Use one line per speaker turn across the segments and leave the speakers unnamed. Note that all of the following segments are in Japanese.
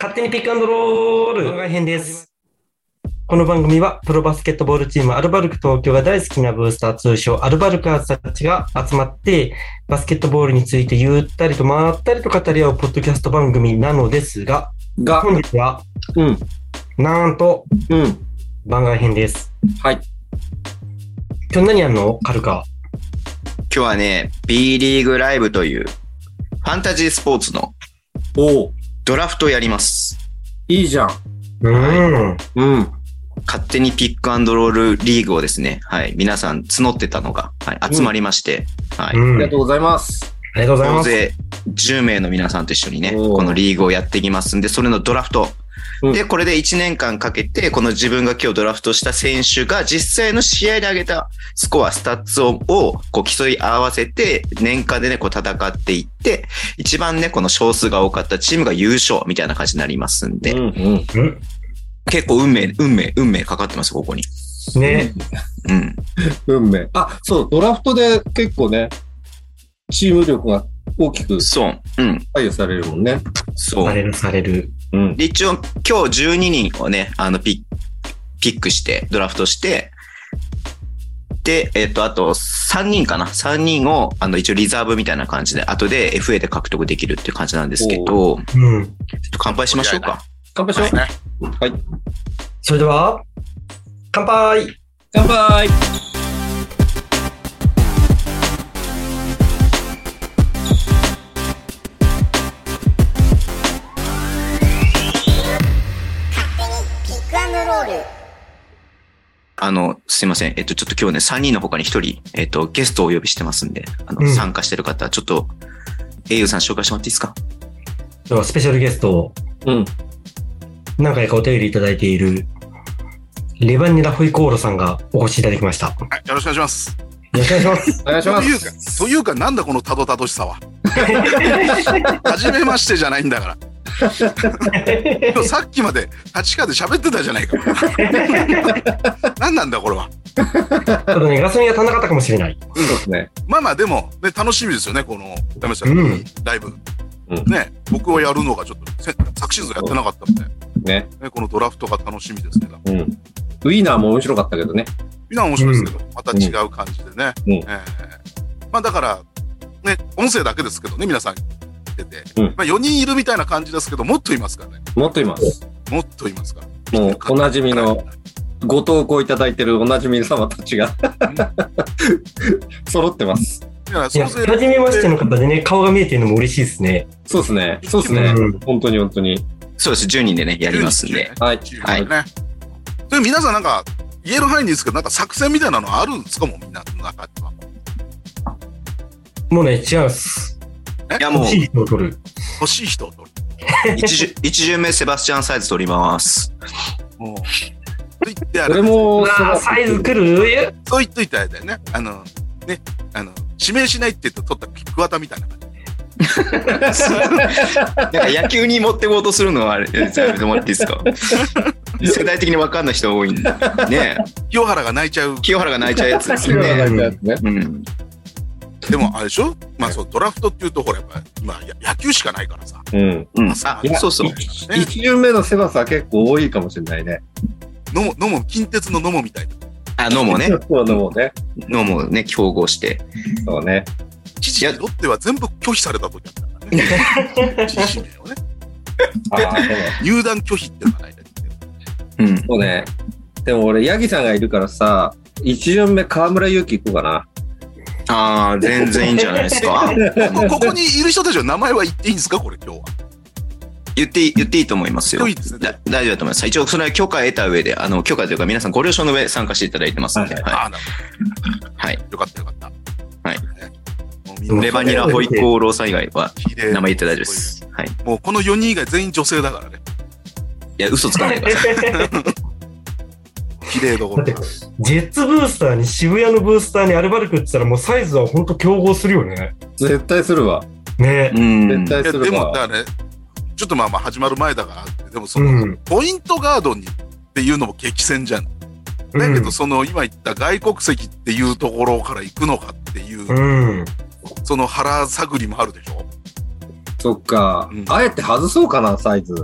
勝手にピックアンドロール番外編です。この番組はプロバスケットボールチームアルバルク東京が大好きなブースター通称アルバルクアーズたちが集まってバスケットボールについてゆったりとまったりと語り合うポッドキャスト番組なのですが
が、
本日は
うん、
なんと
うん、
番外編です。
はい。
今日何やるのカルカ。
今日はね、B リーグライブという、ファンタジースポーツの
おお、
ドラフトをやります。
いいじゃん。
うーん。
うん。
勝手にピックアンドロールリーグをですね、はい、皆さん募ってたのが、はい、集まりまして、はい、
う
あ
ん。
り
あ
がとうございます。
りがとうござい
大
ます。
勢10名の皆さんと一緒にね、
おー
このリーグをやっていきますんで、それのドラフト。
うん
で、これで1年間かけて、この自分が今日ドラフトした選手が実際の試合で上げたスコア、スタッツををこう競い合わせて、年間でね、こう戦っていって、一番ね、この少数が多かったチームが優勝みたいな感じになりますんで、
うん、うん。
うん
結構運命、運命、運命かかってます、ここに。
ね、
うん。
運命。あ、そう、ドラフトで結構ね、チーム力が大きく
そう。うん。
左右されるもんね。
そう
さ。れるされる。
うん。
で、一応今日12人をね、あの、ピッ、ピックして、ドラフトして、で、えっ、と、あと3人かな ?3 人を、あの、一応リザーブみたいな感じで、後で FA で獲得できるっていう感じなんですけど、ちょっ
うん。
と乾杯しましょうか。
乾杯しよう。
それでは、乾杯
乾杯
あの、すいません。えっ、と、ちょっと今日ね、3人の他に1人、えっ、と、ゲストをお呼びしてますんで、あの、
うん
参加してる方、ちょっと、英雄さん紹介してもらっていいですか
ではスペシャルゲストを
うん。
何回かお便りいただいているレバニラホイコーロさんがお越しいただきました。よ
はい、よろしくお願いします。
ろしくお願い します。
お願いしま
というか
す。、
というか、なんだこのたどたどしさは。初めましてじゃないんだから。今日さっきまで立川で喋ってたじゃないか。何なんだこれは。
ちょっとね、ガソリンが足んなかったかもしれない。
そうですね。
まあまあでも、ね、楽しみですよね、このダメさん
うん
ライブ
うん。
ね、僕をやるのがちょっとせ昨シーズンやってなかったんで、
ね。
ね、このドラフトが楽しみですね。
うん。ウィーナーも面白かったけどね。
みんな面白いですけど、また違う感じでね。
うん
えーまあだから、ね、音声だけですけどね、皆さん出て、
うん
まあ4人いるみたいな感じですけど、もっといますからね。
もっといます。
もっといますから。
もう、おなじみの、ご投稿いただいてるおなじみ様たちが 揃ってます。
いや、
い
そ
や、
うせ
初めましての方でね、顔が見えてるのも嬉しいですね。
そうですね。そうですね
うん。
本当に本当に。
そうです。10人でね、やりますんで。。
はい。
はい。ね。それ皆さんなんか、言える範囲でいいですけど、なんか作戦みたいなのあるんですかもうみんなの中には。
もうね、違うんです。
いや、もう
欲、しい人を取る。
欲しい人を取る。
一巡一巡目セバスチャンサイズ取ります。
もう。と言ってあ
そ
れ
れ、
う
も、
わーサイズ来る
そう言っといてあれだよね。あの、ね、あの、指名しないって言って取ったピックワタみたいな感じ。
なんか野球に持ってこうとするのはあれ、やめてもらっていいですか世代的に分かんない人多いんで。ねえ
清原が泣いちゃう。
清原が泣いちゃうやつですよ
清原
ね。
が
ね。
うん。
でも、あれでしょまあそう、ドラフトっていうと、ほら、やっぱ、今、や野球しかないからさ。
うん。
うん。
朝
あ、そうそう。
ね
一巡目の狭さは結構多いかもしれないね。
飲む、飲む、近鉄の飲むみたいな。
あ、ノもね。
そうのもね。
ノもね、競合して。
そうね。
記
い
事
や
にロッテは全部拒否された時だったからね。指名をね。
ああ、そうね。
入団拒否っていうのがないんだけど。
うん。
そうね。でも俺、ヤギさんがいるからさ、一巡目河村勇輝行こうかな。
ああ、全然いいんじゃないですか。
こここにいる人たちの名前は言っていいんですかこれ今日は。
言っていい、言っていいと思いますよ
いいです。ね
だ大丈夫だと思います。一応、それは許可得た上で、あの、許可というか、皆さんご了承の上参加していただいてますんで。は
ああ、なるほど。
はい。
よかったよかった。
はい
ね。もうみ
あ
い。
ん
レ
な
バニラホイコーローさん以外は、
綺麗
名前言って大丈夫で。す。はい。
もうこの4人以外全員女性だからね。
いや、嘘つかないでください。
綺麗どこ
だ
ろ
って
か。、
ジェッツブースターに渋谷のブースターにアルバルクって言ったらもうサイズは本当競合するよね。
絶対するわ。
ね。
うん。
絶対
いや、
す
で
る
も、
わ。
だからね、ちょっとまあまあ始まる前だから、でもそうの、
ん。
ポイントガードにっていうのも激戦じゃん。だけど、その今言った外国籍っていうところから行くのかっていう、
うん。うん。
その腹探りもあるでしょ。
そっか
うん。
あえて外そうかな、サイズ。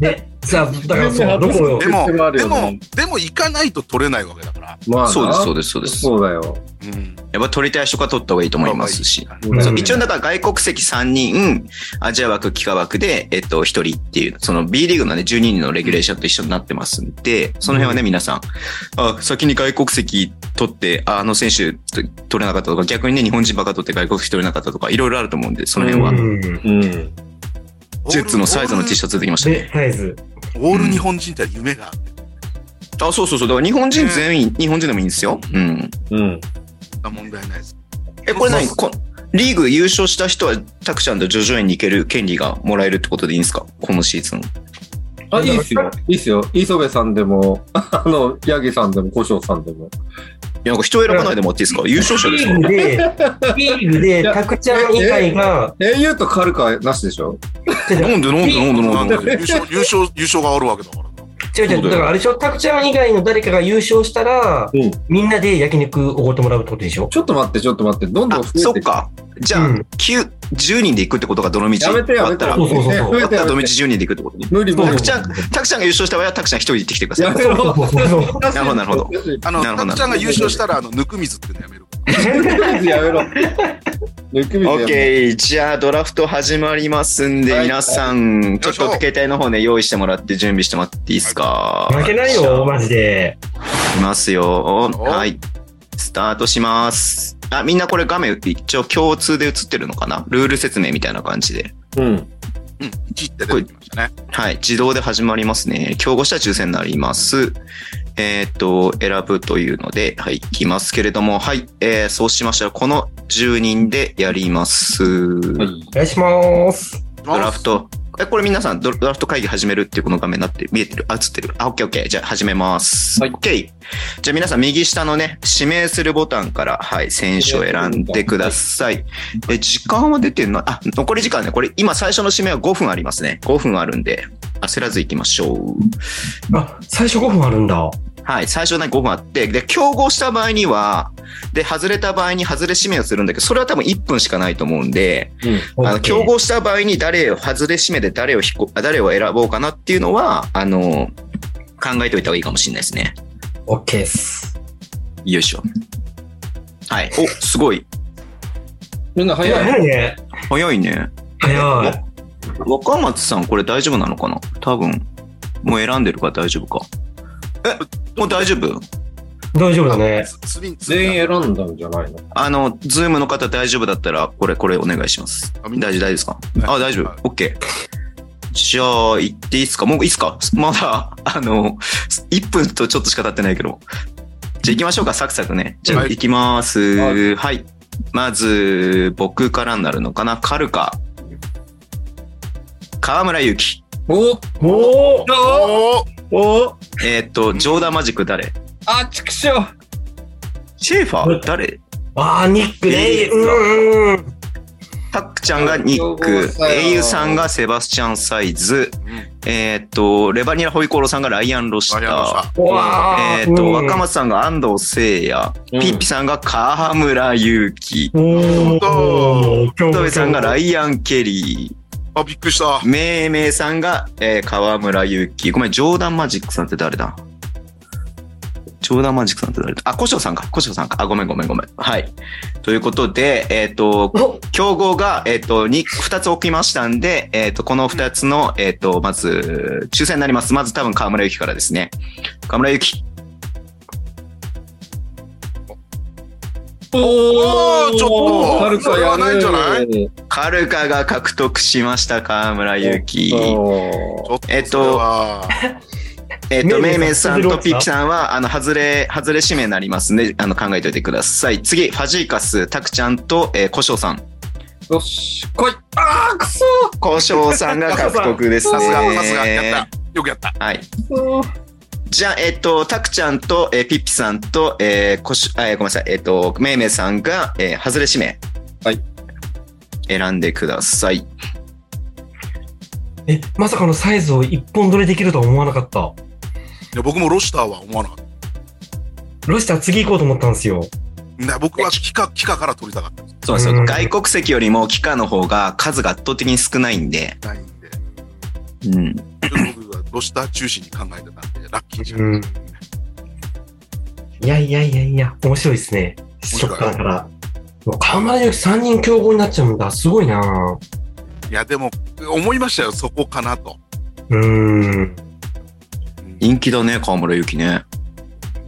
ね、さあ、だからそう、どこよ
で。も、
説明ある
で
よ
も
ね、
でも行かないと取れないわけだから。
まあな、
そうです、そうです、そうです。
そうだよ。
うん。
やっぱ取りたい人が取った方がいいと思いますし。
うん
そう一応だから外国籍3人、アジア枠、幾何枠で、えっと、1人っていう、その B リーグのね、12人のレギュレーションと一緒になってますんで、その辺はね、皆さん、あ、先に外国籍取って、ああの選手と取れなかったとか、逆にね、日本人ばっか取って外国籍取れなかったとか、いろいろあると思うんで、その辺は、
うん
うん。
ジェッツのサイズの T シャツ出てきました
で、
ね。
サイズ。
オール日本人って夢がある。
あ、そうそうそう。だから日本人全員、日本人でもいいんですよ。うん。
うん。
問題ないです。
え、これ何こリーグ優勝した人は、たくちゃんとジョジョ園に行ける権利がもらえるってことでいいんですかこのシーズン。
あ、いいっすよ。いいっすよ。磯部さんでも、 あの、ヤギさんでも、古生さんでも。
いや、なんか人選ばないでもらっていいですか優勝者で
リ
す
ー
か
グで、リーグで、タクちゃん以外が、
au とカルカなしでしょ
飲んで飲んで飲んで
な
飲
ん
ん
で
で
優勝、優勝、優勝があるわけだからな。
違う違う、だからあれでしょ、タクちゃん以外の誰かが優勝したら、
うん
みんなで焼肉おごってもらうってことでしょ
ちょっと待って、ちょっと待って。どんどん
あ、
増
そ
え
ってか。じゃあ、
うん
9、10人で行くってことがどの道
やめてやめて。
終わったら、
そうそうそう
増
終わ
え
った
て
ら
や
どの
め
道
て。
10人で行くってことね。
無理無理
たくちゃん、たくちゃんが優勝した場合は、たくちゃん一人で行ってきてくださ
や
い。
めろ。
そうそうそう
なるほどなるほど
あの、
なるほ
た
ど
くちゃんが優勝したら、あの、ぬく水っていうのやめる。
抜き水やめろ。抜き水や
オッ
め
ケー。じゃあ、ドラフト始まりますんで、
はい
皆さん、ちょっと
よいしょ
携帯の方ね、用意してもらって準備してもらっていいですか
負けない よ、マジで。
いきますよ。
お
はい。スタートします。あ、みんなこれ画面一応共通で映ってるのかなルール説明みたいな感じで。
ろ。うん。
うん、1って出てきましたね。
はい。自動で始まりますね。競合した抽選になります。えーっと、選ぶというので、はい、いきますけれども、はい。えーそうしましたら、この10人でやります。
はい。
お願いします。
ドラフト。え、これ皆さん、ドドラフト会議始めるっていうこの画面になって、見えてるあ、映ってるあ、オッケーオッケー。じゃあ、始めます。
はい
オッケー。じゃあ皆さん、右下のね、指名するボタンから、はい、選手を選んでください。え、時間は出てんのあ、残り時間ね。これ、今最初の指名は5分ありますね。5分あるんで、焦らず行きましょう。
あ、最初5分あるんだ。
はい、最初ね、5分あって、で、競合した場合には、で、外れた場合に外れ指名をするんだけど、それは多分1分しかないと思うんで、あの競合した場合に誰を外れ締めで誰を引こあ誰を選ぼうかなっていうのはあの考えておいた方がいいかもしれないですね。
オッケーっす。
よいしょ。はい。おすごい。
みんな早い。
早いね。
早いね。
早い。
若松さんこれ大丈夫なのかな多分。もう選んでるから大丈夫か。えもう大丈夫
大丈夫だね。
スリン、スリン
全員選んだんじゃないの
あの、ズームの方大丈夫だったら、これ、これお願いします。
あ
大
みん
丈夫、
な
大丈夫ですか
は
あ、
い
大丈
はい
夫。OK。じゃあ、行っていいですかもういいですかまだ、あの、1分とちょっとしか経ってないけど。じゃあ行きましょうか、サクサクね。じゃあ
はい
行きます。
は
はい。まず、僕からになるのかなカルカ。河村ゆき。
お
おお
おー
おお
えーっと、ジョーダンマジック誰
あ、ちくしょう
シェーファー誰
あー、ニックね。
いいですか
うんうん。
タックちゃんがニッ
競合
ク
した、よ
英雄さんがセバスチャンサイズ、えーっと、レバニラ・ホイコーローさんがライアン・ロシタ
ありがとうござい
うわ
ー
まし。
ー
えーっと、
うん
若松さんが安藤聖也、
うん
ピッピさんが河村勇輝、
おー。京
戸部さんがライアン・ケリ
た。あ、びっくりした
ー、。めいめいさんが、えー河村勇輝、ごめん、ジョーダン・マジックさんって誰だジョーダン・マジックさんって誰だあ、古生さんか、古生さんか。あ、ごめんごめんごめん。はい。ということで、えーっと、
お
競合が、えっ、と、に、二つ起きましたんで、えっ、と、この二つの、えっ、と、まず、抽選になります。まず多分河村ゆきからですね。河村ゆき。
おーちょっと
はるかやる
それはないんじゃない
い
カルカが獲得しました、河村ゆき。
お
えっと
ちょそれは
えっ、
めい
と、めい
め
め
い
い
さ
さ
ん
ん
と
と
ピ
ピ
ッピ
ッピ
さ
さんは、あの、外れ、外れ指名になりますね。あの、考えておいてください。次、ファジーカス、タクちゃんと、えー、コショウさん。
ーよし、来いあー、くそ
コショウさんが獲得ですね。
さすが、さすが、やった。よくやった。
はい。
ー
じゃあ、えっと、たくちゃんと、えーピッピさんと、えーこしあえーごめんなさい、えっと、めいめいさんが、えー、外れ指名。
はい。
選んでください。
え、まさかのサイズを一本取りできるとは思わなかった。
いや僕もロシターは思わなかっ
ロシター次行こうと思ったんですよ。
た。ね僕はキカ、キカから取りたかっ
そうなんです
う
よ。
ん
外国籍よりも、機関の方が数が圧倒的に少ないんで、
た。ないんで。
うん。
ちょっと僕はロシター中心に考えてたんで、ラッキーじゃん。
うん。いやいやいやいや、面白いですね。そっからから。もう河村勇輝3人競合になっちゃうんだ。すごいなぁ
いや、でも、思いましたよ、そこかなと。
うーん。
うん
人気だね、河村ゆきね。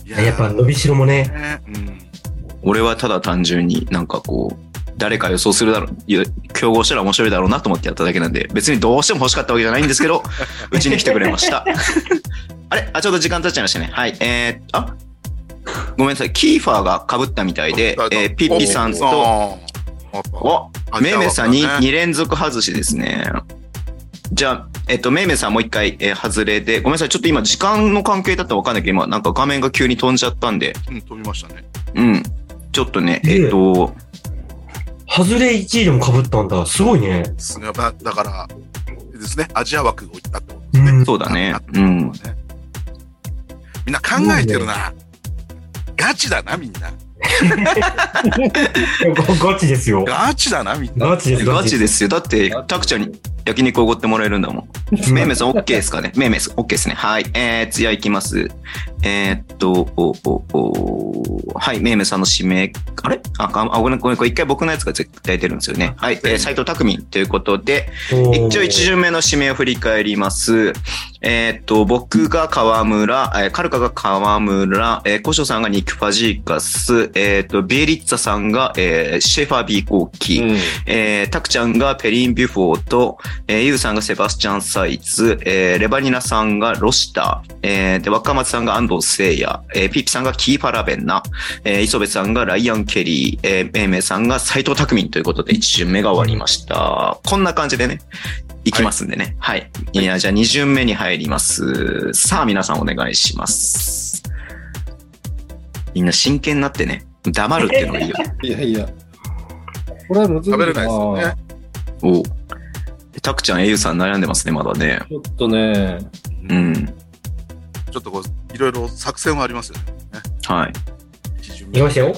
い
やっぱ伸びしろもね。
ね、うん。
俺はただ単純になんかこう、誰か予想するだろう、いや競合したら面白いだろうなと思ってやっただけなんで、別にどうしても欲しかったわけじゃないんですけ ど、うちに来てくれま した。あれあ、ちょうど時間経っちゃいましたね。はい。えー、あごめんなさい。キーファーが被ったみたいで
あ、
えーピッピさんと、
あー、
おめいめいさんに2連続外しですね。じゃあ、えっと、めいめいさんもう一回、えー外れで、ごめんなさい。ちょっと今時間の関係だったらわかんないけど、今なんか画面が急に飛んじゃったんで、
うん、飛びましたね。
うん。ちょっとね、
いえ
えっと、
外れ1位でも被ったんだ。すごい ね。
ですね。だだから、ですね、アジア枠を行ったってこと
う
ですね。
ん。
そうだね
なっ。
う
たって
ん
こ。とはねみんな考えてるな。ガチだな、みんな。
ごガチですよ。
ガチだな、みんな。
ガチです、。
ガチですすよ。だって、タクちゃんに焼肉おごってもらえるんだもん。めいめいさん、オッケーですかね。めいめいさん、オッケーですね。はい。えー、次はいきます。えーっと、お、お、お、はい。めいめいさんの指名、あれあ、かあごめん、ごめん、これ一回僕のやつが絶対出るんですよね。はい。えー、斎藤匠ということで、一応一巡目の指名を振り返ります。えーっと、僕が河村、えーカルカが河村、えー、コショさんがニック・ファジーカス、えーっと、ビエリッツァさんが、えーシェファー・ビー・コーキー、えー、タクちゃんがペリン・ビュフォーと、えー、ユウさんがセバスチャン・サイズ、えー、レバニナさんがロシタ、えー、で、若松さんが安藤聖也、えー、ピッピさんがキーパー・ラベンナ、えー、磯部さんがライアン・ケリー、えー、メイメイさんが斎藤拓民ということで、1巡目が終わりました。こんな感じでね、いきますんでね。はい。い、や、じゃあ2巡目に入ります。さあ、皆さんお願いします。みんな真剣になってね、黙るっていうのがいいよ。
いやいや。これは難しい
食べれないですよね。
おタクちゃん、エイユさん悩んでますね、まだね。
ちょっとね、
うん。
ちょっとこう、いろいろ作戦はありますよね。
はい。
基準
いきましたよ。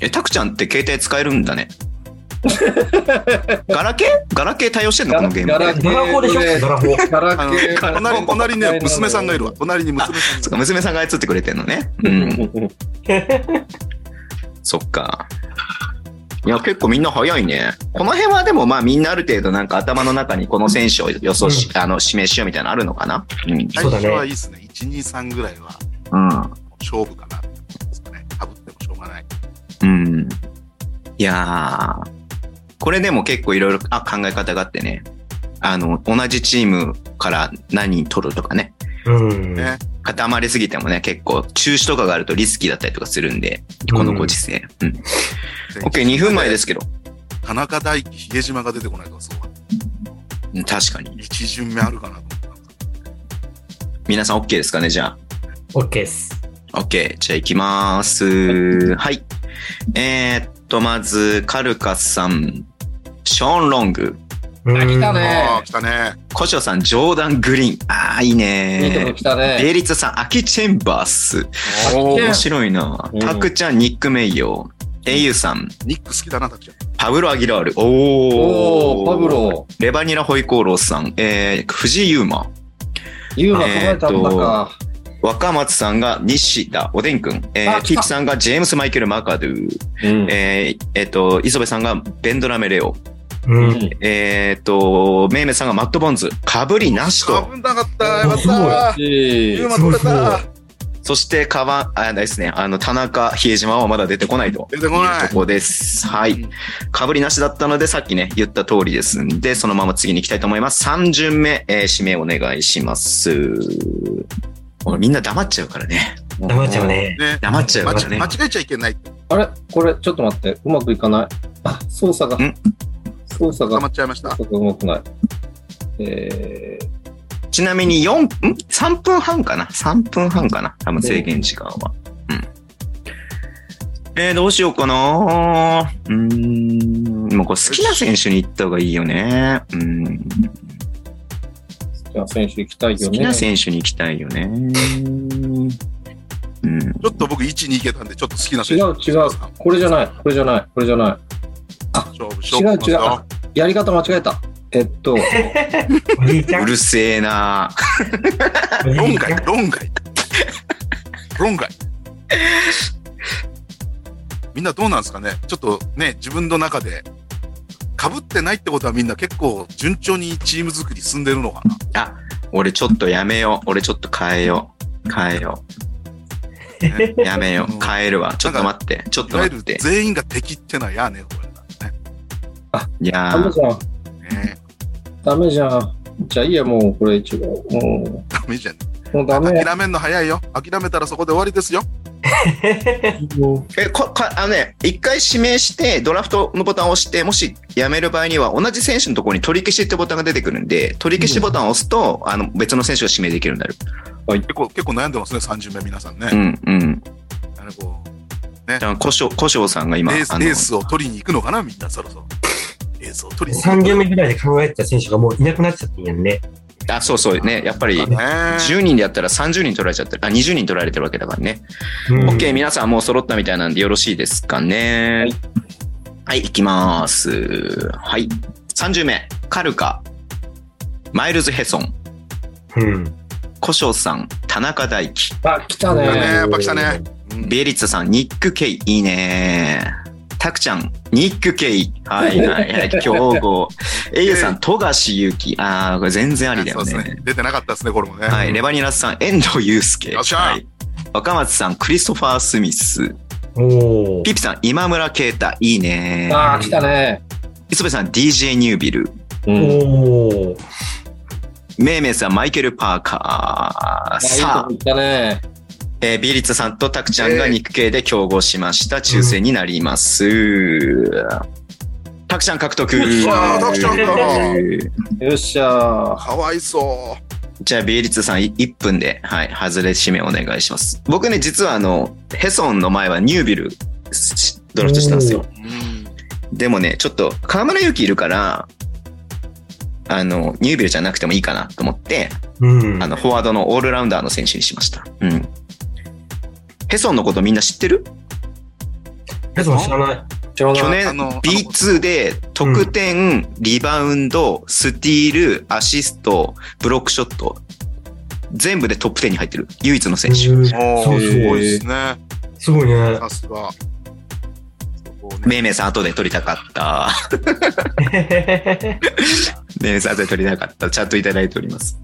え、タクちゃんって携帯使えるん だね。ガラケーガラケー対応してんのこのゲーム。
ガラ
ドラフォーでしょドラフォー。
ガラ
あの
ケー
隣隣にね、娘さんがいるわ。。隣に娘さ
そ
ん
っ
が
か、娘さんが操ってくれてんのね。 うん。そっか。いや、結構みんな早いね。この辺はでもまあみんなある程度なんか頭の中にこの選手を予想し、あの、指名しようみたいなのあるのかなうん。
最
そうだね
初はいいですね。1、2、3ぐらいは勝負かなってことですかね。かぶってもしょうがない。
うん。うん。いやー。これでも結構いろいろあ考え方があってね。あの、同じチームから何人取るとかね。
うん。
ね
固まりすぎてもね、結構、中止とかがあるとリスキーだったりとかするんで、このご時世。うん。OK、2分前ですけど。
田中大輝、比江島が出てこないとか、そうだ。
うん確かに。
1巡目あるかなと思ったんですけ
皆さん OK ですかね、じゃ
OK です。
あ。OK、じゃあ行きまーす。はい。えー、っと、まず、カルカスさん、ショーン・ロング、
うん
来た
ど。
ね
ああ、来たね。
コショさん、ジョーダン・グリーン。あー、いい
いいとこ
ね
来た
ー。ベ
ね。
イリッツァさん、アキ・チェンバース。
お
ー
ー
面白いな
うん。
タクちゃん、ニック・メイヨー。エイユさん、
ニック好きだな、たくちゃん。
パブロ・アギラール。お
お
ー。
おパブ。ロ、
レバニラ・ホイコーローさん、えー、藤井優馬。
ユーマ考えたんだか。
若松さんが西田おでんくん、え
あ
ー、
来た
ピーチさんがジェームス・マイケル・マカドゥ、
うん
えーえっと、磯部さんがベンドラメ・レオ、
うん。
えっと、メイメイさんがマット・ボンズ、かぶりなし
か
と、
ぶんなかった。よかった。ユーマ取れた。
そして、かわ、あですね、あの、田中、比江島はまだ出てこないと。
出てこない
と。こです。はい。かぶりなしだったので、さっきね、言った通りですんで、そのまま次に行きたいと思います。3巡目、えー、指名お願いします。もうみんな黙っちゃうからね。
黙っちゃう。ね。
ね。
黙っちゃう
間
か
違
らね
間。違えちゃいけない。
あれこれ、ちょっと待って。うまくいかない。あ、操作が
ん。
操作
捕
が
ま、っちゃいました
操。作がうまくない。えー、
ちなみに4、ん ?3 分半かな ?3 分半かな多分制限時間は。うん。えー、どうしようかなうーん。もうこれ好きな選手に行った方がいいよね。うん。
好きな選手行きたいよ
好
ね。
きな選手に行きたいよね。うん。
ちょっと僕、1、2いけたんで、ちょっと好きな
違
選
う
手。
違う。これじゃない。これじゃない。これじゃない。
勝負、勝負
違う
しま
違
す
う
よ。
やり方間違えた。えっと、
おじいちゃん
う、るせえな
おじ
論
いちゃ
外
ん、
論外。論外。みんなどうなんですかねちょっとね、自分の中で、かぶってないってことはみんな結構順調にチーム作り進んでるのかな
俺ちょっとやめよう。俺ちょっと変えよう。変えよ
ね
う。やめよ
うん
う。変えるわ。ちょっと待って。ちょっ
い
と
わゆ
待
る
って。
全員が敵ってのはやねこれだ
いや
ダメ
ー、
じゃん、
ね。ね
ダメじゃん。じゃあいいや、もうこれ一応。も
ダメじゃん。
うもうダメ。
諦めんの早いよ。諦めたらそこで終わりですよ。
も
えこかあのね、一回指名して、ドラフトのボタンを押して、もしやめる場合には、同じ選手のところに取り消しってボタンが出てくるんで、取り消しボタンを押すと、あの別の選手が指名できるようになる。
結構結構悩んでますね、30名皆さんね。
うんうん。
あのこう
じゃあ、古生古生さんが今、
レース
あの
レースを取りに行くのかな、みんなそろそろ。レースを取りに行く
3巡目ぐらいで考えてた選手がもういなくなっちゃってんやんね。
あ、そうそうね、やっぱり。
ね。
10人でやったら30人取られちゃってる。あ、20人取られてるわけだからね。
うん、
OK、皆さんもう揃ったみたいなんでよろしいですかね。はい、行きます。はい。30名。カルカ、マイルズ・ヘソン、
うん。
古生さん、田中大輝、
うあ、来た
ね
ね。
やっぱ来たね。うん
ベリッツァさん、ニック・ケイ、いいね。タクちゃん、ニック・ケイ。はいはい はい。強豪。エイユさん、富樫勇樹。あー、これ全然ありだよ
そうです
ね。
ね。出てなかったですね、これもね。
はい。レバニラスさん、遠藤祐介。
よっしゃー
はい。若松さん、クリストファー・スミス。
おお。
ピピさん、今村啓太。いいね。
ああ、来たね。
磯部さん、DJ ニュービル。
うん。
おお。
メイメイさん、マイケル・パーカー。
さ
さ
あ、
あ
いいとこ行、ったね。
えービーリッツさんとタクちゃんが
えー
肉系で競合しました。抽選になります。タクちゃん獲得。
わータクちゃん
だよっしゃー。
かわいそ
じゃあ、ビーリッツさんい1分で、はい、外れ指名お願いします。僕ね、実はあの、ヘソンの前はニュービルしドラフトしたんですよ。
う。うん
でもね、ちょっと、河村勇輝いるから、あの、ニュービルじゃなくてもいいかなと思って、
うん。
あの、フォワードのオールラウンダーの選手にしました。うん。ヘソンのことみんな知ってる
ヘソン知らない。
ちょうど
去。年
あの
B2 で得点、リバウンド、スティール、アシスト、ブロックショット、全部でトップ10に入ってる。唯一の選手。
うん
おー
そう
すご
そう
いですね。
すごい ね。
さすが。そこをね
めいめいさん後で取りたかった。 めいめいさん後で取りたかった。ちゃんといただいております。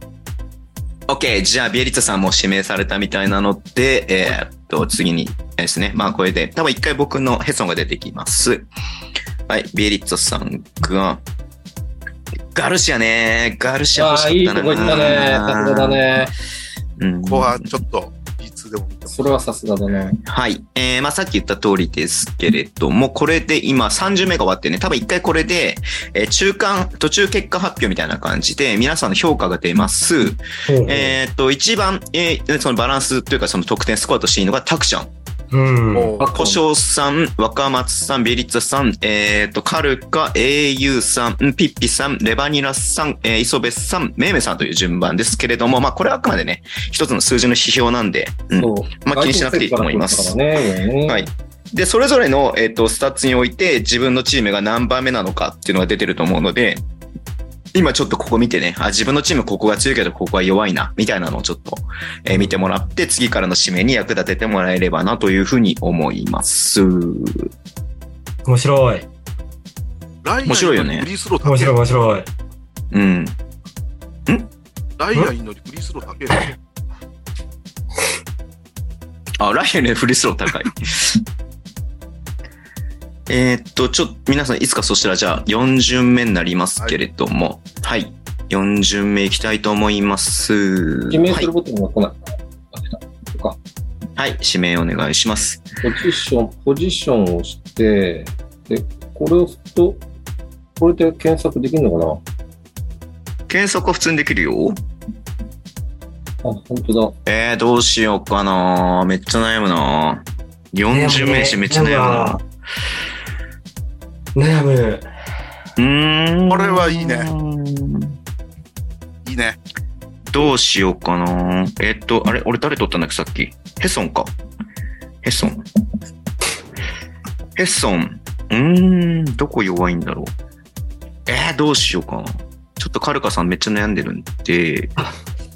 OK。じゃあ、ビエリッツァさんも指名されたみたいなので、えーっと、次にですね。まあ、これで、多分一回僕のヘソンが出てきます。はい。ビエリッツァさんが、ガルシアね。ガルシア
あ
欲し
あ、
か
いい
った
と
な。
こ行ったね。さすがだね。
うん。
ここはちょっと B2 でも見ても
それはさすがだね。
はい。えー、まあ、さっき言った通りですけれども、これで今30名が終わってね、多分一回これで、えー中間、途中結果発表みたいな感じで、皆さんの評価が出ます。えーっと、一番、えーそのバランスというかその得点スコアとしていいのがタクちゃん。
うん。
もう
あ
古生さん、若松さん、ベリッツァさん、えーっと、カルカ、au さん、ピッピさん、レバニラさん、えー、磯部さん、メイメさんという順番ですけれども、まあ、これはあくまでね、一つの数字の指標なんで、うん
そう。
まあ気にしなくていいと思います
外国籍から来るからね。
はい。で、それぞれの、えっ、と、スタッツにおいて自分のチームが何番目なのかっていうのが出てると思うので、今ちょっとここ見てね、あ、自分のチームここが強いけどここは弱いな、みたいなのをちょっと、えー見てもらって、次からの指名に役立ててもらえればなというふうに思います。
面白い。
ライン
面白い
よ
よ
り
ね
フリースロー
面
高
白い、
い。
面白い。
うん。
ライアンよりフリースロー高い。
あ、ライアンね、フリースロー高い。 えーっと、ちょっと、皆さん、いつかそしたら、じゃあ、4巡目になりますけれども、はい。4巡目いきたいと思います。
指名
は
す
い
る。ことも来ない。
はい、指名お願いします。
ポジション、ポジションを押して、で、これを押すと、これで検索できるのかな
検索は普通にできるよ。
あ、本当
えー、どうしようかなめっちゃ悩むな40名詞めっちゃ悩むな
悩む。
うーん。
これはいいね。いいね。
どうしようかなえっと、あれ俺誰取ったんだっけさっき。ヘソンか。ヘソン。ヘソン。うーん、どこ弱いんだろう。えー、どうしようかな。とカルカさんめっちゃ悩んでるんで、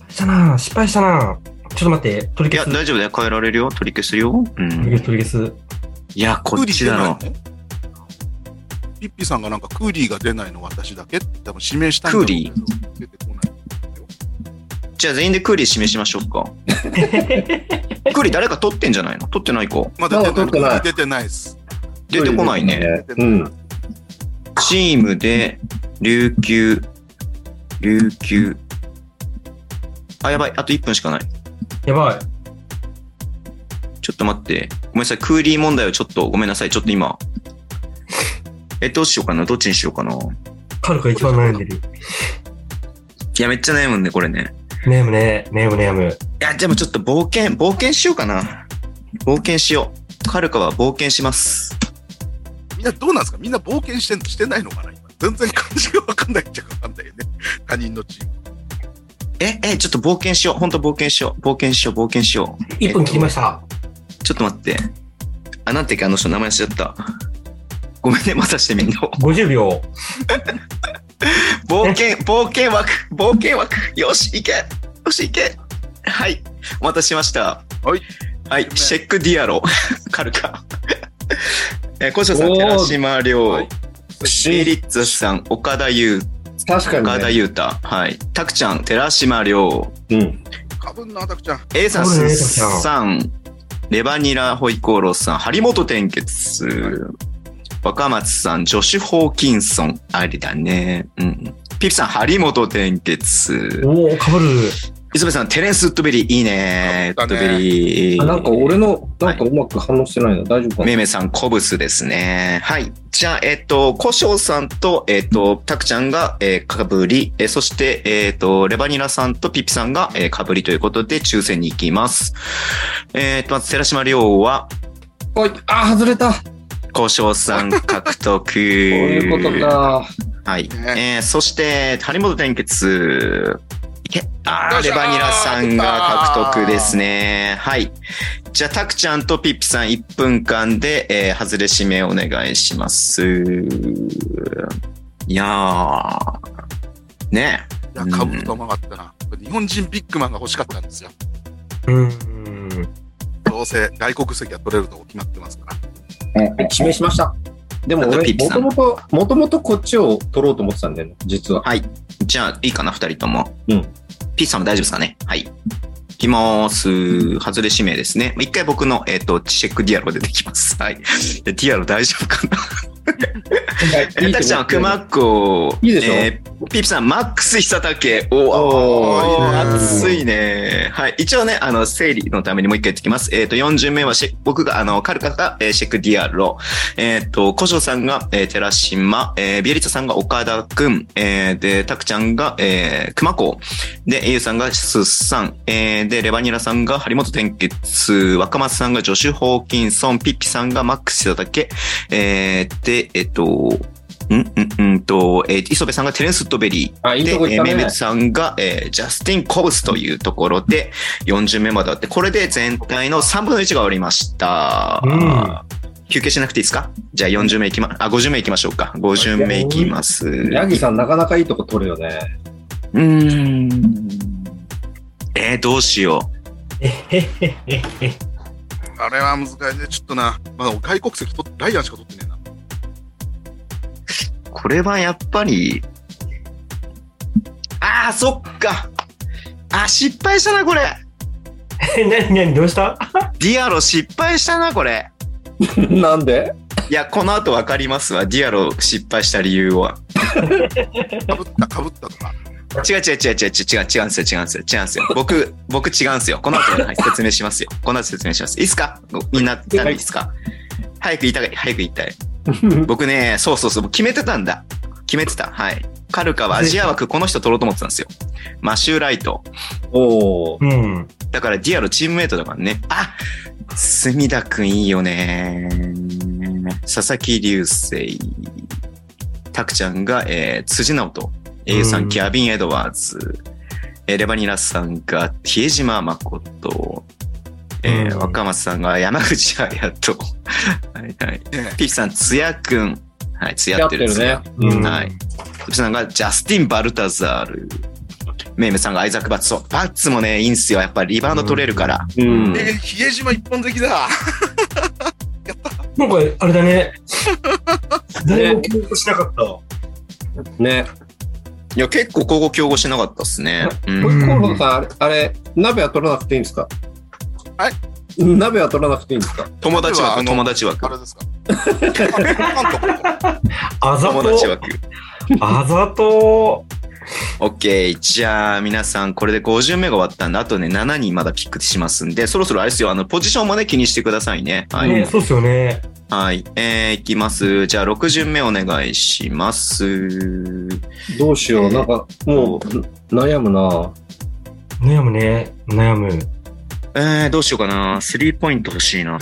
したな失敗したなちょっと待って、取
い
り
や、
消す。
大丈夫だよ。変えられるよ。取り消すよ。う
取り消
ん。
す、取り消す。
いや、こっちだろ
ク。ーリー出ないのピッピさんがなんかクーリーが出ないの私だけって多分指名したんだろうけど
ク
出てこない
じゃあ全員でクーリー示しましょうか。クーリー誰か取ってんじゃないの取ってないか。
まだ出
まだ
て
撮って
な
ないい
出てないです
出てこないね。
うん。
チームで、琉球、琉球。あ、やばい。あと1分しかない。
やばい。
ちょっと待って。ごめんなさい。クーリー問題をちょっと、ごめんなさい。ちょっと今。え、どうしようかな。どっちにしようかな。い
カルカ一番悩んでる。
や、めっちゃ悩むんで、これね。
悩むね、悩む悩む。
いや、でもちょっと冒険、冒険しようかな。冒険しよう。カルカは冒険します。
みんなどうなんですかみんな冒険してんしてないのかな今全然感じが分かんないっちゃ分かんないよね他人のチーム
え、え、ちょっと冒険しよう。本当冒険しよう。冒険しよう、冒険しよう。。
1分切りましたた。
ちょっと待って。あ、なんていうか、あの人名前忘れちゃった。ごめんね、またしてみんな。
50秒。
冒 険、冒険枠、冒険枠。よし、いけ。よし、いけ。はい。お待たせしました。
はい。
はい、シェックディアロ。 カルカ。えー、小翔さん、
おー
寺島
は
亮
い、
シーリッツさん、岡田優
確か
岡田
に、ね。
優太、はい。たくちゃん、寺島亮、
うん。
かぶんなたくちゃん
A さん、
そう
す
ね
さん、レバニラホイコーローさん、張本天傑、若松さん、ジョシュ・ホーキンソン、ありだね。うん。ピピさん、張本天傑。
おお、かぶる。
磯部さん、テレンス・ウッドベリー、いいね。ウ
あ
ッ
った
ド
ね
ベリ
あ
ー。
なんか俺の、なんかうまく反応してないの、大丈夫かな
めめさん、コブスですね。はい。じゃあ、えっと、コショウさんと、えっと、タクちゃんが、えーかぶり、えーそして、えっと、レバニラさんとピピさんが、えーかぶりということで、抽選に行きます。えっと、まず、寺島亮は、
おい、あ、外れた。こ
コショウさん獲得。こう
う
い
いうこと。か。
はい。
ね
えーそして、張本天傑。いけあ
よ
ー
っし
レ
ゃー
バニラさんが獲得ですね。はい。じゃあ、タクちゃんとピッピさん1分間で、えー、外れ指名お願いします。いやー。ね
いやかぶると思わなかったな日本人ビッグマンが欲しかったんですよ
うん。
どうせ外国籍は取れると決まってますから
指名しました。でも
あと
俺、
ピッチ
も
さ
と
ん
もと、もともとこっちを取ろうと思ってたんだよね、実 は。
はい。じゃあ、いいかな、2人とも。
うん
ピッピさんも大丈夫ですかねはい。いきまーす。外れ指名ですね。一回僕の、えっ、と、チェックディアロ出てきます。はい。でディアロ大丈夫かなえー、たくちゃん、くまっこ。
いいでしょ
えーピープさん、マックス久武。お
お
お
ー
ー、
いいね
熱いね。はい。一応ね、あの、整理のためにもう一回言ってきます。えっ、と、40名はシェ、僕が、あの、カルカが、えーシェックディアロ。えっ、と、古城さんが、えー、寺島。えー、ビエリッツァさんが岡田くん。えー、で、たくちゃんが、えー、くまこ。で、ゆうさんがすっさん。えー、で、レバニラさんが張本天傑。若松さんがジョシュ・ホーキンソン。ピッピさんがマックス久武。えー、で、えっ、と、うんうんうんと、えー、磯部さんがテレンス・ウッドベリー。
あ、いい
で、
とこ
え
行
ー
っ
メ
た
イメ
ね
ツ。さんが、えージャスティン・コブスというところで40名まであって、これで全体の3分の1が終わりました。
うん
休憩しなくていいですかじゃあ40名いきま、あ、50名いきましょうか。50名いきます。
ヤギさん、なかなかいいとこ取るよ ね。
うーん。えー、どうしよう。
えへへへへ。
あれは難しいね。ちょっとな、まだ外国籍取っライアンしか取ってねえな。
これはやっぱり、ああ、そっか。あ、失敗したな、これ。
え、なになにどうした
ディアロ失敗したな、これ。
なんで
いや、この後わかりますわ。ディアロ失敗した理由は。
かぶった、かぶったとか。
違う違う違う違う違う違う違うんですよ違うんですよ違うんですよ。僕、僕違うんですよ。この後、はい、説明しますよ。この後説明します。いいっすかみんな、何でいいっすか早く言いたい、早く言いたい。僕ね、そうそうそう、決めてたんだ。決めてた。はい。カルカはアジア枠、この人取ろうと思ってたんですよ。マシュー・ライト。
おお。
うん。
だからディアロチームメイトだからね。あ隅田くんいいよね。佐々木隆星。たくちゃんが、えー、辻直人。A さ、
うんん
キャビン・エドワーズ。えーレバニラさんが、比江島誠。えー
うん
若松さんが山口彩と。はいはい。
ね
ピーさん、つやくん。はい、つやってる。
ね。
うん
はい。プさんがジャスティン・バルタザール。メイムさんがアイザック・バッツ。そう、バッツもね、いいんすよ。やっぱりリバウンド取れるから。
うん
えー、比江島一本的だ。
なんか、あれだ ね。誰も記憶しなかったわ。
ね。
いや、結構高校競合しなかったっすね。うん
うん
今度さん、あれ、あれ鍋は取らなくていいんですか
はい
鍋は取らなくていいんですか
友達
あ
枠、
の
友達枠
あ。れですか。あ監督
あざ
友達
と。
枠。
あざと。
オッケー。じゃあ、皆さん、これで50名が終わったんで、あとね、7人まだピックしますんで、そろそろあれですよ、あの、ポジションもね、気にしてくださいね。はい。
ね、そうっすよね。
はい。えー、いきます。じゃあ、6巡目お願いします。
どうしよう。なんか、もう、悩むな
悩むね。悩む。
えー、どうしようかな。スリーポイント欲しいな。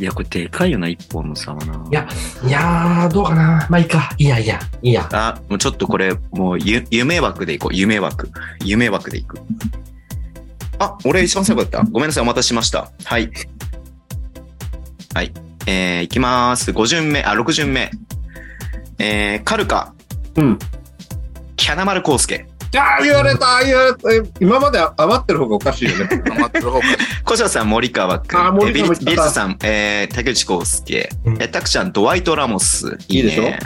いや、これでかいよな、1本の差はな。
いやいやー、どうかな。まあいいか。いいやいや、いいや。
あ、もうちょっとこれ、もうゆ、夢枠でいこう。夢枠。夢枠でいく。あ、俺一番最後だった。ごめんなさい、お待たせしました。はい。はい。えー、いきます。5巡目、あ、6巡目。えー、カルカ、
うん。
キャナマルコウスケ。
ああ、言われた言われた今まで余ってる方がおかしいよね。
頑張ってろ。
小島さん、森川君。
あー森川
えー
も
ビ
来
リ
た
ビリスさん、えー、竹内康介。
うん
えー、タクちゃん、ドワイト・ラモス。いいね。
いいで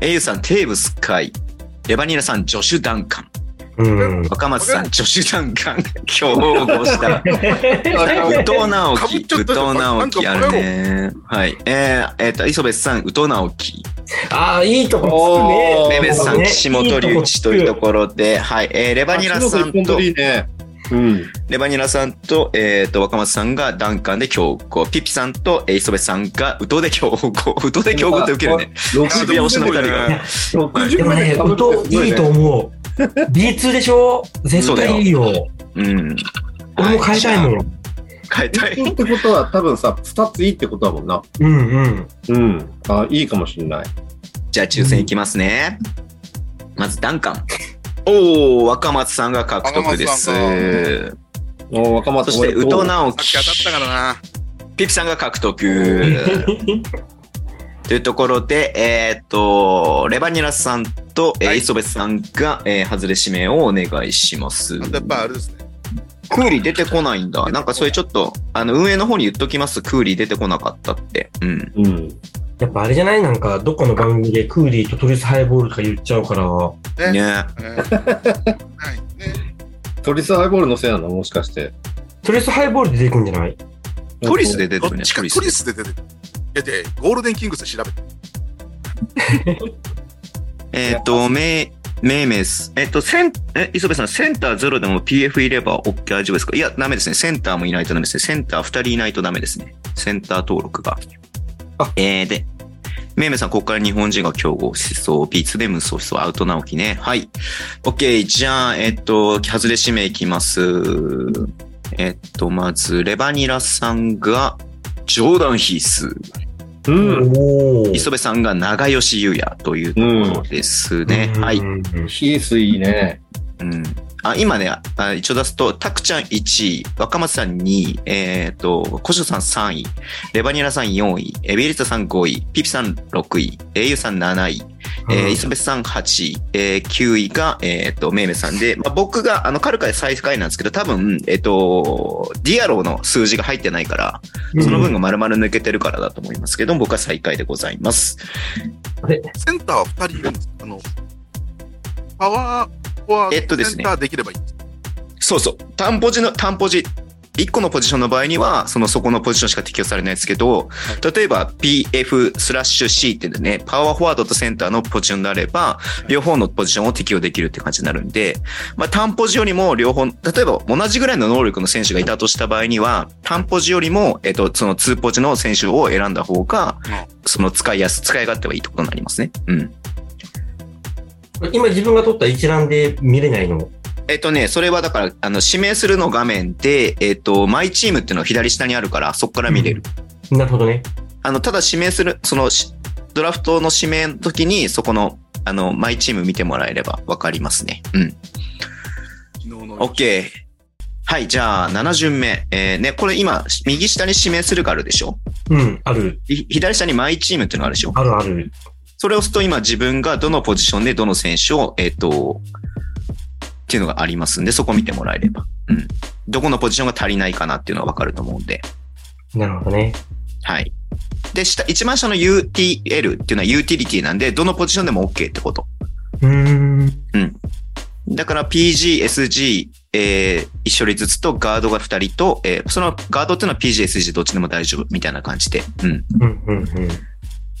えゆさん、テーブス・カイ。レバニラさん、ジョシュ・ダンカン。
うん。
若松さん、ジョシュ・ダンカン。競合し た。宇藤直
かぶ
樹、
っちゃった
宇
じゃん
藤直樹あるね。はい。えー、えっと、磯部さん、宇藤直樹。
ああ、いいとこ
おー
つ
レ
くね。
ベスさん、
ね
岸本隆一というところで、はい。えー、レバニラさん
本当
と
に、いいね。うん。
レバニラさんと、えっ、と、若松さんがダンカンで強行、ピピさんと、えー、磯部さんが宇藤で強行、 宇藤で強行って受けるね。渋谷推しの二人が。
で
60
も
ま
ね、
で被って
音
すご
いいと思う。B2 でしょ絶対いいよ。
うん。
俺も変えたいもん。
変えたい。
ってことは多分さ、2ついいってことだもんな。
うんうん。
うん。あいいかもしれない。
じゃあ、抽選いきますね。まず、ダンカン。おー、若松さんが獲得で
若松
す。
お若
そ
松
して、宇藤直
さっ
樹
き。当たったからな。
ピピさんが獲 得。というところで、えーっと、レバニラさんと、えー
はい
磯部さんが、えー外れ指名をお願いします。
あとやっぱあれですね。
クーリー出てこないんだ。なんかそれちょっと、あの、運営の方に言っときます。クーリー出てこなかったって。うん。
うん。
やっぱあれじゃないなんか、どっかの番組でクーリーとトリスハイボールとか言っちゃうから。
ね。
ね
えーはい。ね。
トリスハイボールのせいなのもしかして。
トリスハイボールで出てくんじゃない
トリスで出て
ど
る
っ
ね。
ちか
ト
ク
リス
リスで出てる。出て、ゴールデンキングス調べて。
えーっと、メイ、メイメイス。えーっと、セン、え、磯部さん、センターゼロでも PF いれば OK 大丈夫ですかいや、ダメですね。センターもいないとダメですね。センター2人いないとダメですね。センター登録が。
あ
えー、で、メイメイさん、ここから日本人が競合思想、ピーツで無双思想、アウト直樹ね。はい。OK、じゃあ、えーっと、外れ指名いきます。えーっと、まず、レバニラさんが、ジョーダン・ヒース。
うん。
おー
磯部さんが長吉優也というところですね。
うん
はい。
ヒースいいね。
うん。あ、今ね、あ一応出すと、タクちゃん1位、若松さん2位、えっ、と、コショさん3位、レバニラさん4位、エビリタさん5位、ピピさん6位、エイユさん7位、えー、磯部さん8位、えー、9位が、えっ、と、メイメさんで、まあ、僕が、あの、カルカで最下位なんですけど、多分、えっ、と、ディアローの数字が入ってないから、その分が丸々抜けてるからだと思いますけど、僕は最下位でございます。
センターは2人いるんです。あの、パワーフォワ
えっ
ー
と
ド
で
セ
す
ン
ね
ターできればいい。
そうそう。単ポジの、単ポジ。1個のポジションの場合には、そのそこのポジションしか適用されないですけど、例えば PF スラッシュ C っていうね、パワーフォワードとセンターのポジションであれば、両方のポジションを適用できるって感じになるんで、まあ単ポジよりも両方、例えば同じぐらいの能力の選手がいたとした場合には、単ポジよりも、えっと、その2ポジの選手を選んだ方が
うん、
その使いやす、使い勝手はいいってことになりますね。うん。
今自分が撮った一覧で見れないの。
えっとね、それはだから、あの、指名するの画面で、えっと、マイチームっていうのは左下にあるから、そこから見れる。
なるほどね。
あの、ただ指名する、その、しドラフトの指名の時に、そこの、あの、マイチーム見てもらえればわかりますね。うん。
昨日の。
OK。はい、じゃあ、7巡目。えー、ね、これ今、右下に指名するがあるでしょ
うん、ある、
ひ左下にマイチームっていうのがあるでしょ
あるある。
それを押すと今自分がどのポジションでどの選手を、えっ、と、っていうのがありますんで、そこ見てもらえれば。うん。どこのポジションが足りないかなっていうのがわかると思うんで。
なるほどね。
はい。で、下、一番下の UTL っていうのはユーティリティなんで、どのポジションでも OK ってこと。
うーん。
だから PG、SG、えー、一処理ずつとガードが二人と、えー、そのガードっていうのは PG、SG どっちでも大丈夫みたいな感じで。うん。
うんうんうん。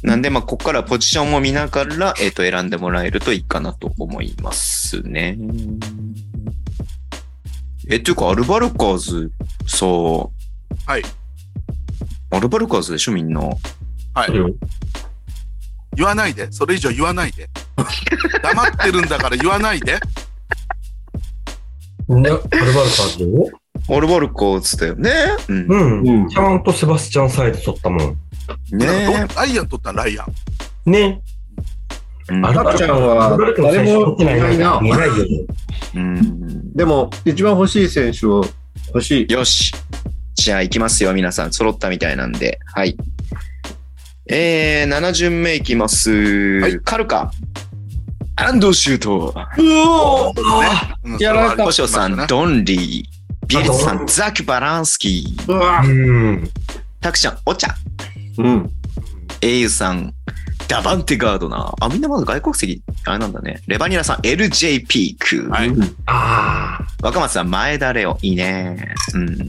なんで、まあ、ここからポジションも見ながら、えっ、と、選んでもらえるといいかなと思いますね。え、というか、アルバルカーズ、さ、
はい。
アルバルカーズでしょ、みんな。
はい。言わないで。それ以上言わないで。黙ってるんだから言わないで。
ね、アルバルカーズ
アルバルカーズだよね。うん。
うん。
うん
ちゃんとセバスチャンサイド取ったもん。
ね
なんかどライアン取ったのライアン。
ね。
うん
アルバ
赤
ル
ち
カ
ゃんは誰もい
いな
ない
い
な
な。い。ないよね。
うん
でも、一番欲しい選手を欲しい。
よし。じゃあ行きますよ、皆さん。揃ったみたいなんで。はい。えー、7巡目いきます。
い
カルカ。安藤シュート。
そうですねうん
やられた
コショさん、ドンリー。ビエツさん、ザク・バランスキー。
うわ
うん。
タクシャン、オチャ。
うん。
エイユさん、ダバンテ・ガードナー。あ、みんなまだ外国籍、あれなんだね。レバニラさん、LJ ピーク。
はい
うん
ああ。
若松さん、前田レオ。いいね。うん。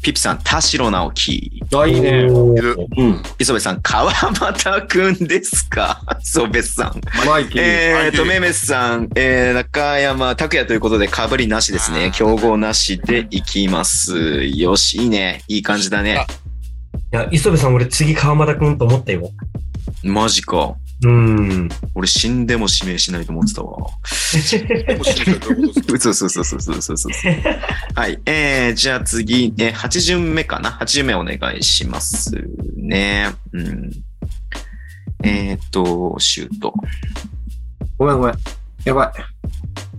ピピさん、田代直樹。
あ、いいね。
おー
いる
うん。
磯部さん、川又くんですか 磯部さん。
マイキー。
えー、と、
はい
めめさん、えー、中山拓也ということで、被りなしです
あ
ね。
ー
競合なしでいきます。よし、いいね。いい感じだね
あ。
いや、磯部さん、俺次川又くんと思ったよ。
マジか。
うん。
俺死んでも指名しないと思ってたわ。
面白いどういうことで
嘘
すか
嘘嘘嘘嘘嘘嘘。はい。えー、じゃあ次、えー、8巡目かな ?8 巡目お願いしますね。うん。えー、っと、シュート。
ごめんごめん。やばい。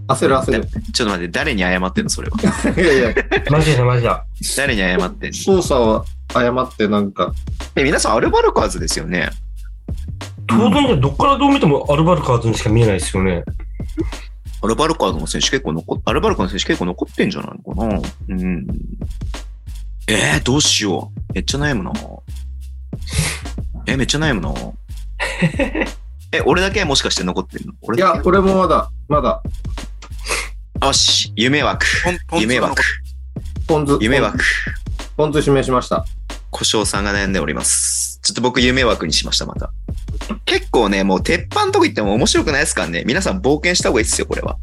焦る焦
ちょっと待って、誰に謝ってんのそ れは。
る。 いやいや、
マジだ、マジだ。
誰に謝ってんの
操作を誤ってなんか、
え、皆さんアルバルカーズですよね。
当然じゃ、どっからどう見てもアルバルカーズにしか見えないですよね。
アルバルカーズの選手結構残っ、アルバルカーズの選手結構残ってんじゃないのかなうん。えー、どうしよう。めっちゃ悩むな。え、めっちゃ悩むな。え、俺だけもしかして残ってんの俺
い
だ
や、これもまだ、まだ、
けよし、夢枠。
ポンポン
夢枠。
ポン酢、
夢枠。
ポン酢指名しました。
故障さんが悩んでおります。ちょっと僕夢枠にしました、また。結構ね、もう鉄板のとこ行っても面白くないですからね。皆さん冒険した方がいいですよ、これは。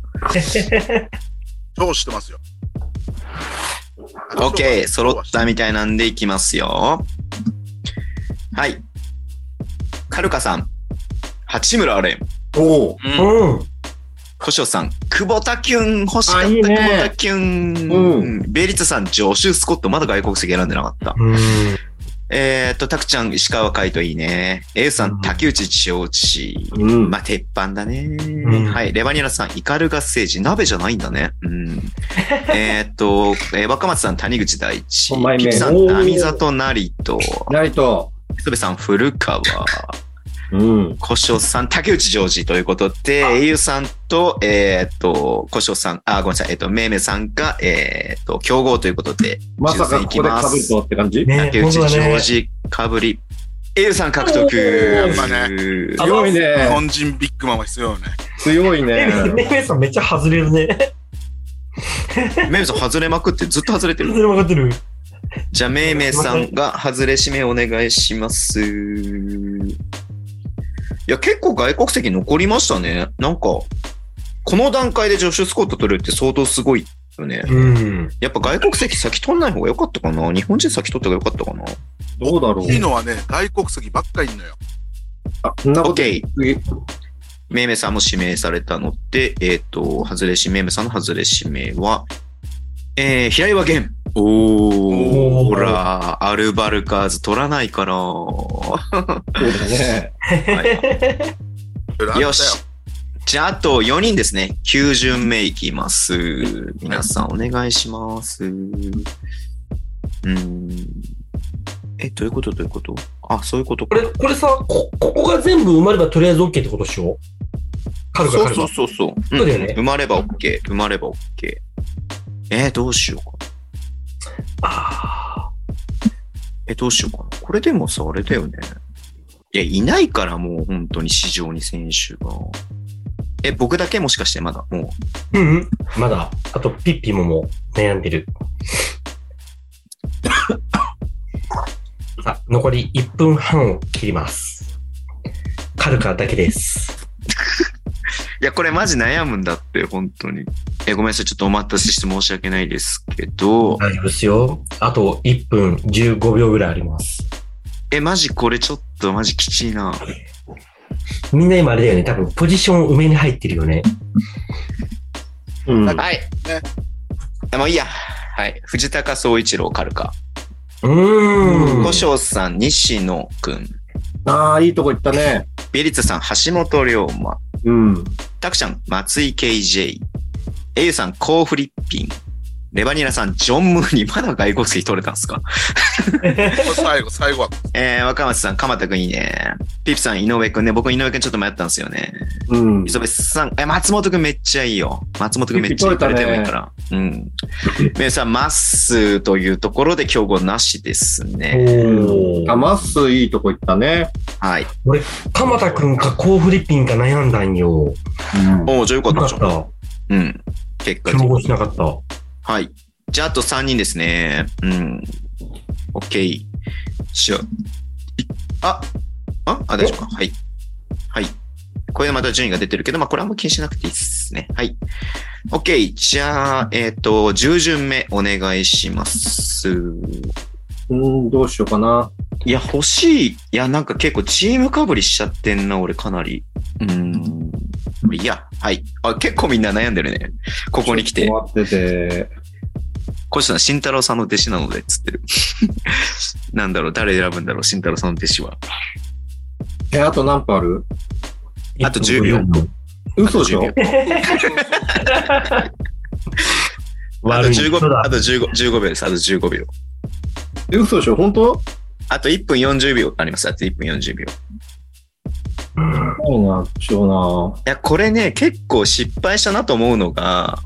超してますよ。
OK、揃ったみたいなんでいきますよ。はい。カルカさん、八村アレン、
おお。
うん、
うん。
コショさん、久保田キュン、欲しかっ
あ
た、
いいね
久保田キュン、
う
ベリツさん、ジョシュ・スコット、まだ外国籍選んでなかった。
うん。
えー、っと、タクちゃん、石川海人いいね。エウさ
うん
ん、竹内千代内。
うん
ま。あ、鉄板だね、
ん
はい。レバニラさん、イカルガセージ、鍋じゃないんだね。 うん。えーっと、えー若松さん、谷口大地。
うまいね
ピピさん、
おー
並里成と。
なりと、
磯部さん、古川。
うん。
古生さん、竹内ジョージということで、英雄さんと、えーっと、古生さん、あ、ごめんなさい、えーっと、めいめいさんが、えーっと、競合ということで、
まさかここでかぶるとはって感じ
ね
竹
本
内
当だ
ジョー
ね。
ジかぶり。英雄さん獲得。
や
っぱね
強い
日
ね。
本人ビッグマンは必要よね。
強い
え、
ね。
めめさんめっちゃ外れるね。
めいめいさん外れまくって、ずっと外れてる
全。然わかってる。
じゃあ、めいめいさんが外れ指名お願いします。いや、結構外国籍残りましたね。なんか、この段階でジョシュ・スコット取るって相当すごいよね。
うん。
やっぱ外国籍先取んない方が良かったかな日本人先取った方が良かったかな
どうだろう
いいのはね、外国籍ばっかりいんのよ。
あ、そんなこと
?OK。
次。
めいめいさんも指名されたので、えっ、と、外れ指名、めいめいさんの外れ指名は、えー、平岩玄。おー、ほら、アルバルカーズ取らないから。
そうだね。
よし。じゃあ、あと4人ですね。9巡目いきます。皆さん、お願いします。うーん。え、どういうことどういうことあ、そういうこと
こ
か。
れ、これさ、こ、ここが全部埋まればとりあえず OK ってことでしょカルガカ
そう
ル
そ
ガ
う。そうそう。
そうだよね
ん生まれば OK。生まれば OK。えー、どうしようか。
あ
え、どうしようかな。これでもさ、あれだよね。いや、いないからもう本当に市場に選手が。え、僕だけもしかしてまだもう。
ーうんうん。まだ、あとピッピももう悩んでる。さあ、残り1分半を切ります。カルカだけです。
いや、これマジ悩むんだって、本当に。え、ごめんなさい。ちょっとお待たせして申し訳ないですけど。
大丈夫ですよ。あと1分15秒ぐらいあります。
え、マジこれちょっとマジきちいな。
みんな今あれだよね。多分ポジション埋めに入ってるよね。
うん。
はい。あもういいや。はい。藤高総一郎カルカ。
うーん。
古生さん、西野くん。
ああ、いいとこ行ったね。
ビリッツさん、橋本龍馬。
うん。
タクちゃん、松井 KJ。エユさん、コーフリッピン。レバニラさん、ジョン・ムーニー。まだ外国籍取れたんですか
最 後、最後は。
えー、若松さん、鎌田くんいいね。ピピさん、井上くんね。僕、井上くんちょっと迷ったんですよね。
うん
磯部さん、え、松本くんめっちゃいいよ。松本くんめっちゃい
ピ
い。
ピ取れたね
誰でもいいから。うん。メイさん、マッスーというところで競合なしですね。
お
あ、
ー。
まっすーいいとこ行ったね。
はい。
鎌田くんかコーフリッピンか悩んだんよ。
おお、じゃあよ
よ
かった
か
じ
っ
ゃん。
た。
うん。結果
競合しなかった。
はい。じゃあ、あと3人ですね。うん。OK。しよう。いあ、あ、あ、大丈夫か。はい。はい。これでまた順位が出てるけど、まあ、これはあんま気にしなくていいですね。はい。OK。じゃあ、えっ、と、10巡目お願いします。
うん、どうしようかな。
いや、欲しい。いや、なんか結構チームかぶりしちゃってんな、俺かなり。うーん。いや、はい。あ、結構みんな悩んでるね。ここに来て。
終わってて。
こしたら慎太郎さんの弟子なので、つってる。 なんだろう、誰選ぶんだろう、慎太郎さんの弟子は。
え、あと何分ある
あと10秒
嘘でしょ
あと10秒あと
悪い
15
人
秒、
だ
あ。と15 15秒です、あと15秒。
え嘘でしょ本当
あと1分40秒あります、あと1分40秒。
う
い
ん
ないな、どうしような。
や、これね、結構失敗したなと思うのが、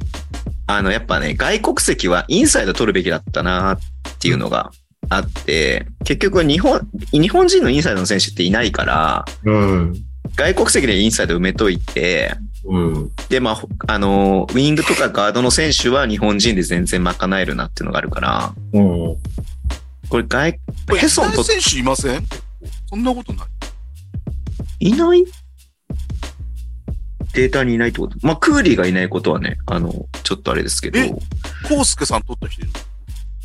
あの、やっぱね、外国籍はインサイド取るべきだったなっていうのがあって、結局日本、日本人のインサイドの選手っていないから、
うん。
外国籍でインサイド埋めといて、
うん。
で、まあほ、あのー、ウィングとかガードの選手は日本人で全然賄えるなっていうのがあるから、
うん。
これ外、
これ、
ヘソンと
選手いませんそんなことない。
いないデータにいないってことまあ、クーリーがいないことはね、あの、ちょっとあれですけど、
え
え、
コウスケさん取った人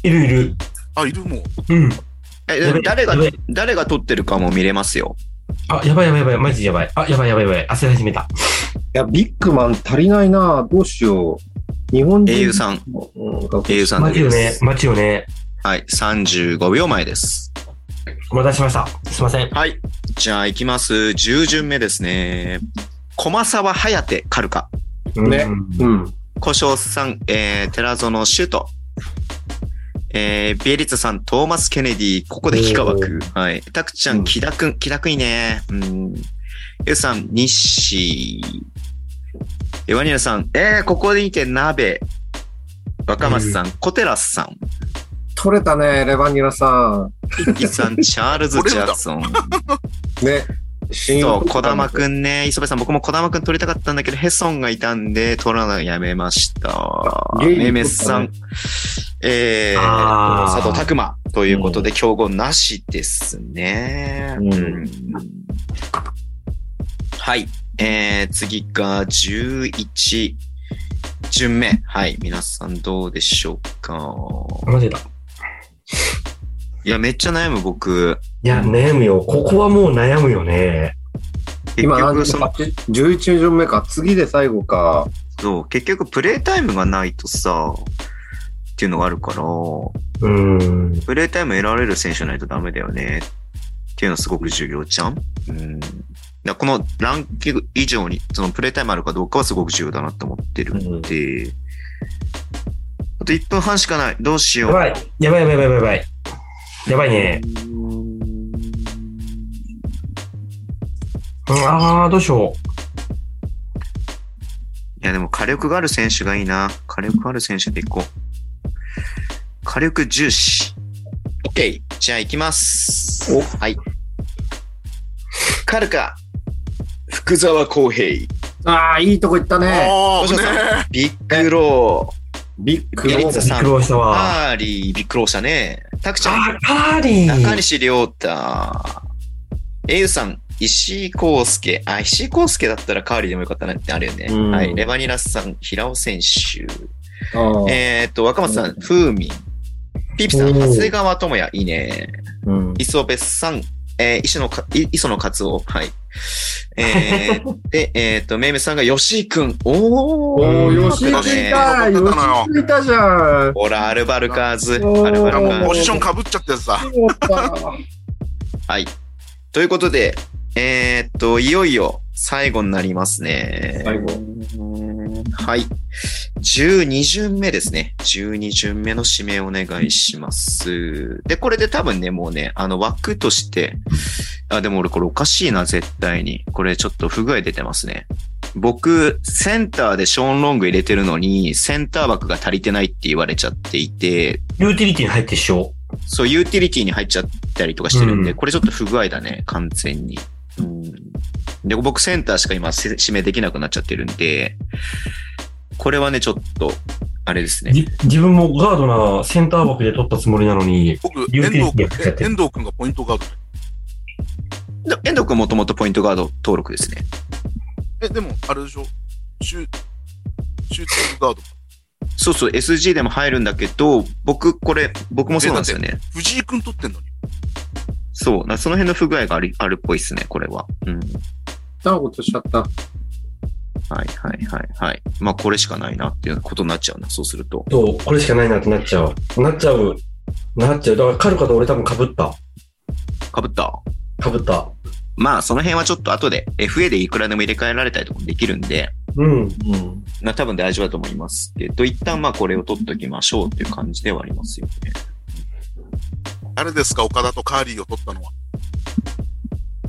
いる
いるいる。
あ、いるもう。
うん。
でも誰が
やばい、
誰が取ってるかも見れますよ。
あ、やばいやばいやばい。マジでやばい。あ、やばいやばいやばい。焦り始めた。
いや、ビッグマン足りないな。どうしよう。日本人。
英雄さん、
うんが
英雄さんだ
待
け
ちよ
で
ね
す。。
待ちよね。
はい、35秒前です。
お待たせしました。すいません。
はい、じゃあ行きます。10巡目ですね。駒沢颯カルカ。
うん
ねうん。
古生さん、えー、寺園シュート。えー、ビエリッツさん、トーマス・ケネディ、ここで幾何学。はい。タクちゃ
うん
ん、木田くん、木田くんいいね。うん。ゆうさん、日誌。え、ワニラさん、えー、ここでいて、鍋。若松さん、小寺さん。
取れたね、レバニラさ
ピッキーさん、チャールズ・ジャ クソン。
ん。ね。新
そう、
小
小玉くんね。磯部さん、僕も小玉くん撮りたかったんだけど、ヘソンがいたんで、撮らないやめました。
ゲイリー
めめさん
撮、
えー、
あー
佐藤拓馬ということで、競合なしですね。
うん
うんはい。えー、次が11巡目。はい。皆さんどうでしょうか
マジだ。
いや、めっちゃ悩む、僕。
いや、悩むよ。ここはもう悩むよね。
結
今何
局、
時
その
か ?11 巡目か。次で最後か。
そう、結局プレイタイムがないとさ、っていうのがあるか
う
ら、
ーん。
プレイタイム得られる選手じゃないとダメだよね、っていうのはすごく重要じゃんうん。だからこのランキング以上に、そのプレイタイムあるかどうかはすごく重要だなと思ってるんで、あと1分半しかない。どうしよ
や
う。
ばい。やばいやばいやばいやばい。やばいね。
うーん
ああ、どうしよ
いや、でも火力がある選手がいいな。火力ある選手でいこう。火力重視。OK。じゃあ行きます。
お
はい。カルカ。福沢康平。
ああ、いいとこ行ったね。
ど
おー
うし
ね
まビッグロ
ビッグ
ー。エリ
ロ
ッ
ー
ツ
う。び
ァ
っ
さ
く
ん。
りしたわ。
ハーリー、ビッグローしたね。タクちゃん。
あ、カーリ
中
ー。
西亮太。英雄さん、石井康介。あ、石井康介だったらカーリーでもよかったなってあるよね。
うん
はい。レバニラスさん、平尾選手。
あー
えーっと、若松さ
うん
ん、風味。ピーピさん、
おー
長谷川智也、いいね。
うん
磯部さん、えー、石野か、い磯野勝夫、はい。えー、で、えーっと、めいめさんが吉井くん。おー。
お
う
ー、
ん
吉井君いた
よかったのよ
吉井君いたじゃん
ほら、アルバルカーズ。
おー
アルバ
いや
ル
も
カー
う
ズ
ポジションかぶっちゃってさ。
そうか
はい。ということで、えーっと、いよいよ最後になりますね。
最後
はい。12巡目ですね。12巡目の指名お願いします。で、これで多分ね、もうね、あの枠として、あ、でも俺これおかしいな、絶対に。これちょっと不具合出てますね。僕、センターでショーン・ロング入れてるのに、センター枠が足りてないって言われちゃっていて、
ユーティリティに入ってしょ
そう、ユーティリティに入っちゃったりとかしてるんで、
うん
これちょっと不具合だね、完全に。うん、で、僕、センターしか今、せ指名できなくなっちゃってるんで、これはね、ちょっと、あれです
う。
ね。
じ自分もガードなセンター枠で取ったつもりなのに。
僕、
ユー
遠
ティリティ
藤君
やっちゃっ、てる
遠藤君がポイントガー
で遠藤君もともとポイントガード登録ですね。
ド。え、でも、あれでしょシュシューティングガード。
そうそう、SG でも入るんだけど、僕、これ、僕もそうなんですよね。
藤井君取ってんのに。
そう、なその辺の不具合があるあるっぽいですね、これは。うん。
ダウトしちゃった。
はいはいはいはい。まあ、これしかないなっていうことになっちゃうな、そうすると。
そう、これしかないなってなっちゃう。なっちゃう。なっちゃう。だから、カルカと俺多分被った。
かぶった
被った。
まあ、その辺はちょっと後で FA でいくらでも入れ替えられたりとかもできるんで、
うん。
うん。
まあ多分大丈夫だと思いますけど、一旦まあこれを取っときましょうっていう感じではありますよね。
誰ですか、岡田とカーリーを取ったのは。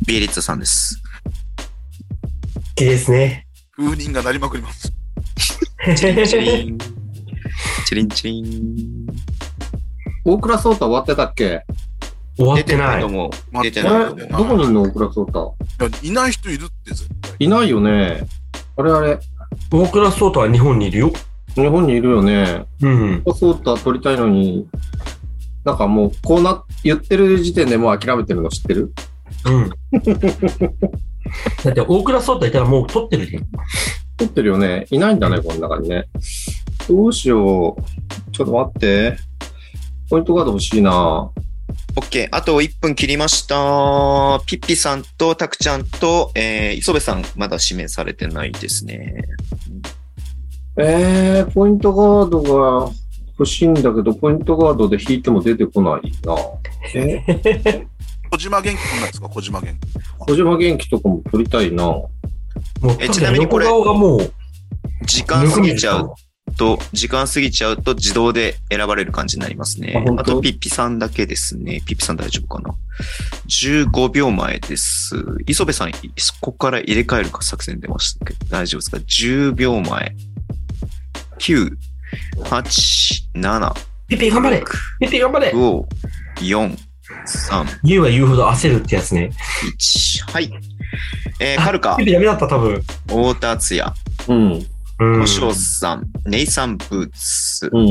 ビエリッツァさんです。
いいですね。
風鈴が鳴りまくります。
チリン。チリンチリン。
大倉颯太終わってたっけ
終わっ
出
て
てな
ないい
と。思う。
まあ
出て
あ
え
れ
ないと
ど
思う。
こにいるの大倉颯太。
いやいない人いるって、絶対。
いないよね。あれあれ。
大倉壮太は日本にいるよ。
日本にいるよね。
うん。
大倉颯太取りたいのに、なんかもう、こうな、言ってる時点でもう諦めてるの知ってる
うん。だって、大倉壮太いたらもう取ってるじゃん。
取ってるよね。いないんだね、この中にね。どうしよう。ちょっと待って。ポイントガード欲しいな。
OK。あと1分切りました。ピッピさんとタクちゃんと、えー、磯部さんまだ指名されてないですね。
えー、ポイントガードが欲しいんだけど、ポイントガードで引いても出てこないな。え
小島元気こんなんですか、小島元気。
小島元気とかも取りたいな。
もう、
えちなみにこれ
横顔がもう、
時間過ぎちゃうと、時間過ぎちゃうと自動で選ばれる感じになります
あ
ね。
本当
あと、ピッピさんだけですね。ピッピさん大丈夫かな ?15 秒前です。磯部さん、そこから入れ替えるか作戦出ましたけど、大丈夫ですか ?10 秒前。9、8、7、
ピピ頑張れピピ頑張れ
5、4、3、
言うは言うほど焦るってやつね。
1。はい。えー、カルカ
ピ、ピダメだった、多分。
太田敦也、
うん。
うん。
トシオさん、ネイサン・ブーツ、
うん。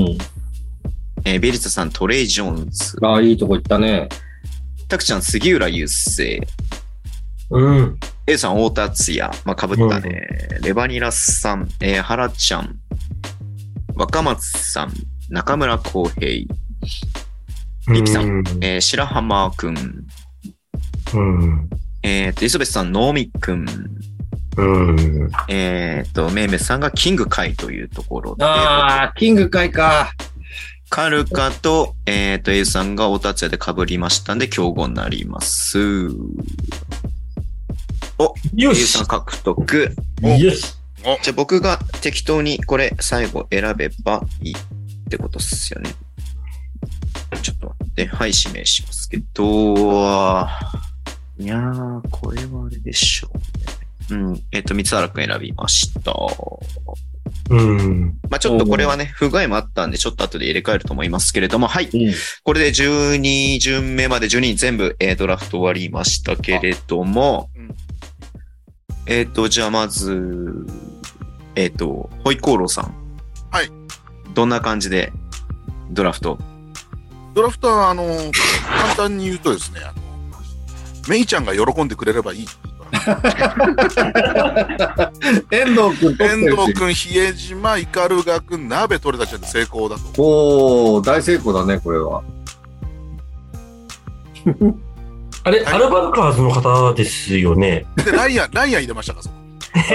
えー、ベリットさん、トレイ・ジョーンズ、
ああ、いいとこ行ったね。
たくちゃん、杉浦雄星、
うん。
A さん、太田敦也、まあ、かぶったね、レバニラスさん、えー、原ちゃん、若松さん、中村浩平、ピピさんえー、白浜くん、
うん。
えー、と、磯部さん、能見くん、
うん。うん。
えー、と、めいめいさんがキング会というところで、
ああ、キング会か。
カルカと、えー、と、A さんが太田敦也で被りましたんで、競合になります。A
よし
さん獲得。
よし
じゃあ僕が適当にこれ最後選べばいいってことっすよね。ちょっと待って。はい、指名しますけど、いやー、これはあれでしょうね。うん。えっ、と、三原くん選びました。
うん。
まあちょっとこれはね、不具合もあったんで、ちょっと後で入れ替えると思いますけれども、はい。
うん。
これで12巡目まで12人全部、えードラフト終わりましたけれども、
あうん
えっ、と、じゃあまず、えっ、と、ホイコーローさん。
はい。
どんな感じでドラフト
ドラフトは、あの、簡単に言うとですね、あの、メイちゃんが喜んでくれればいいっていうドラフト。
遠藤君取って
遠
る
藤
し。
君、比江島、イカルガ君、鍋取れた時点で成功だと。
おお大成功だね、これは。
あれ、アルバルカーズの方ですよね。
で、ライアン、ライアン入れましたから、そこ。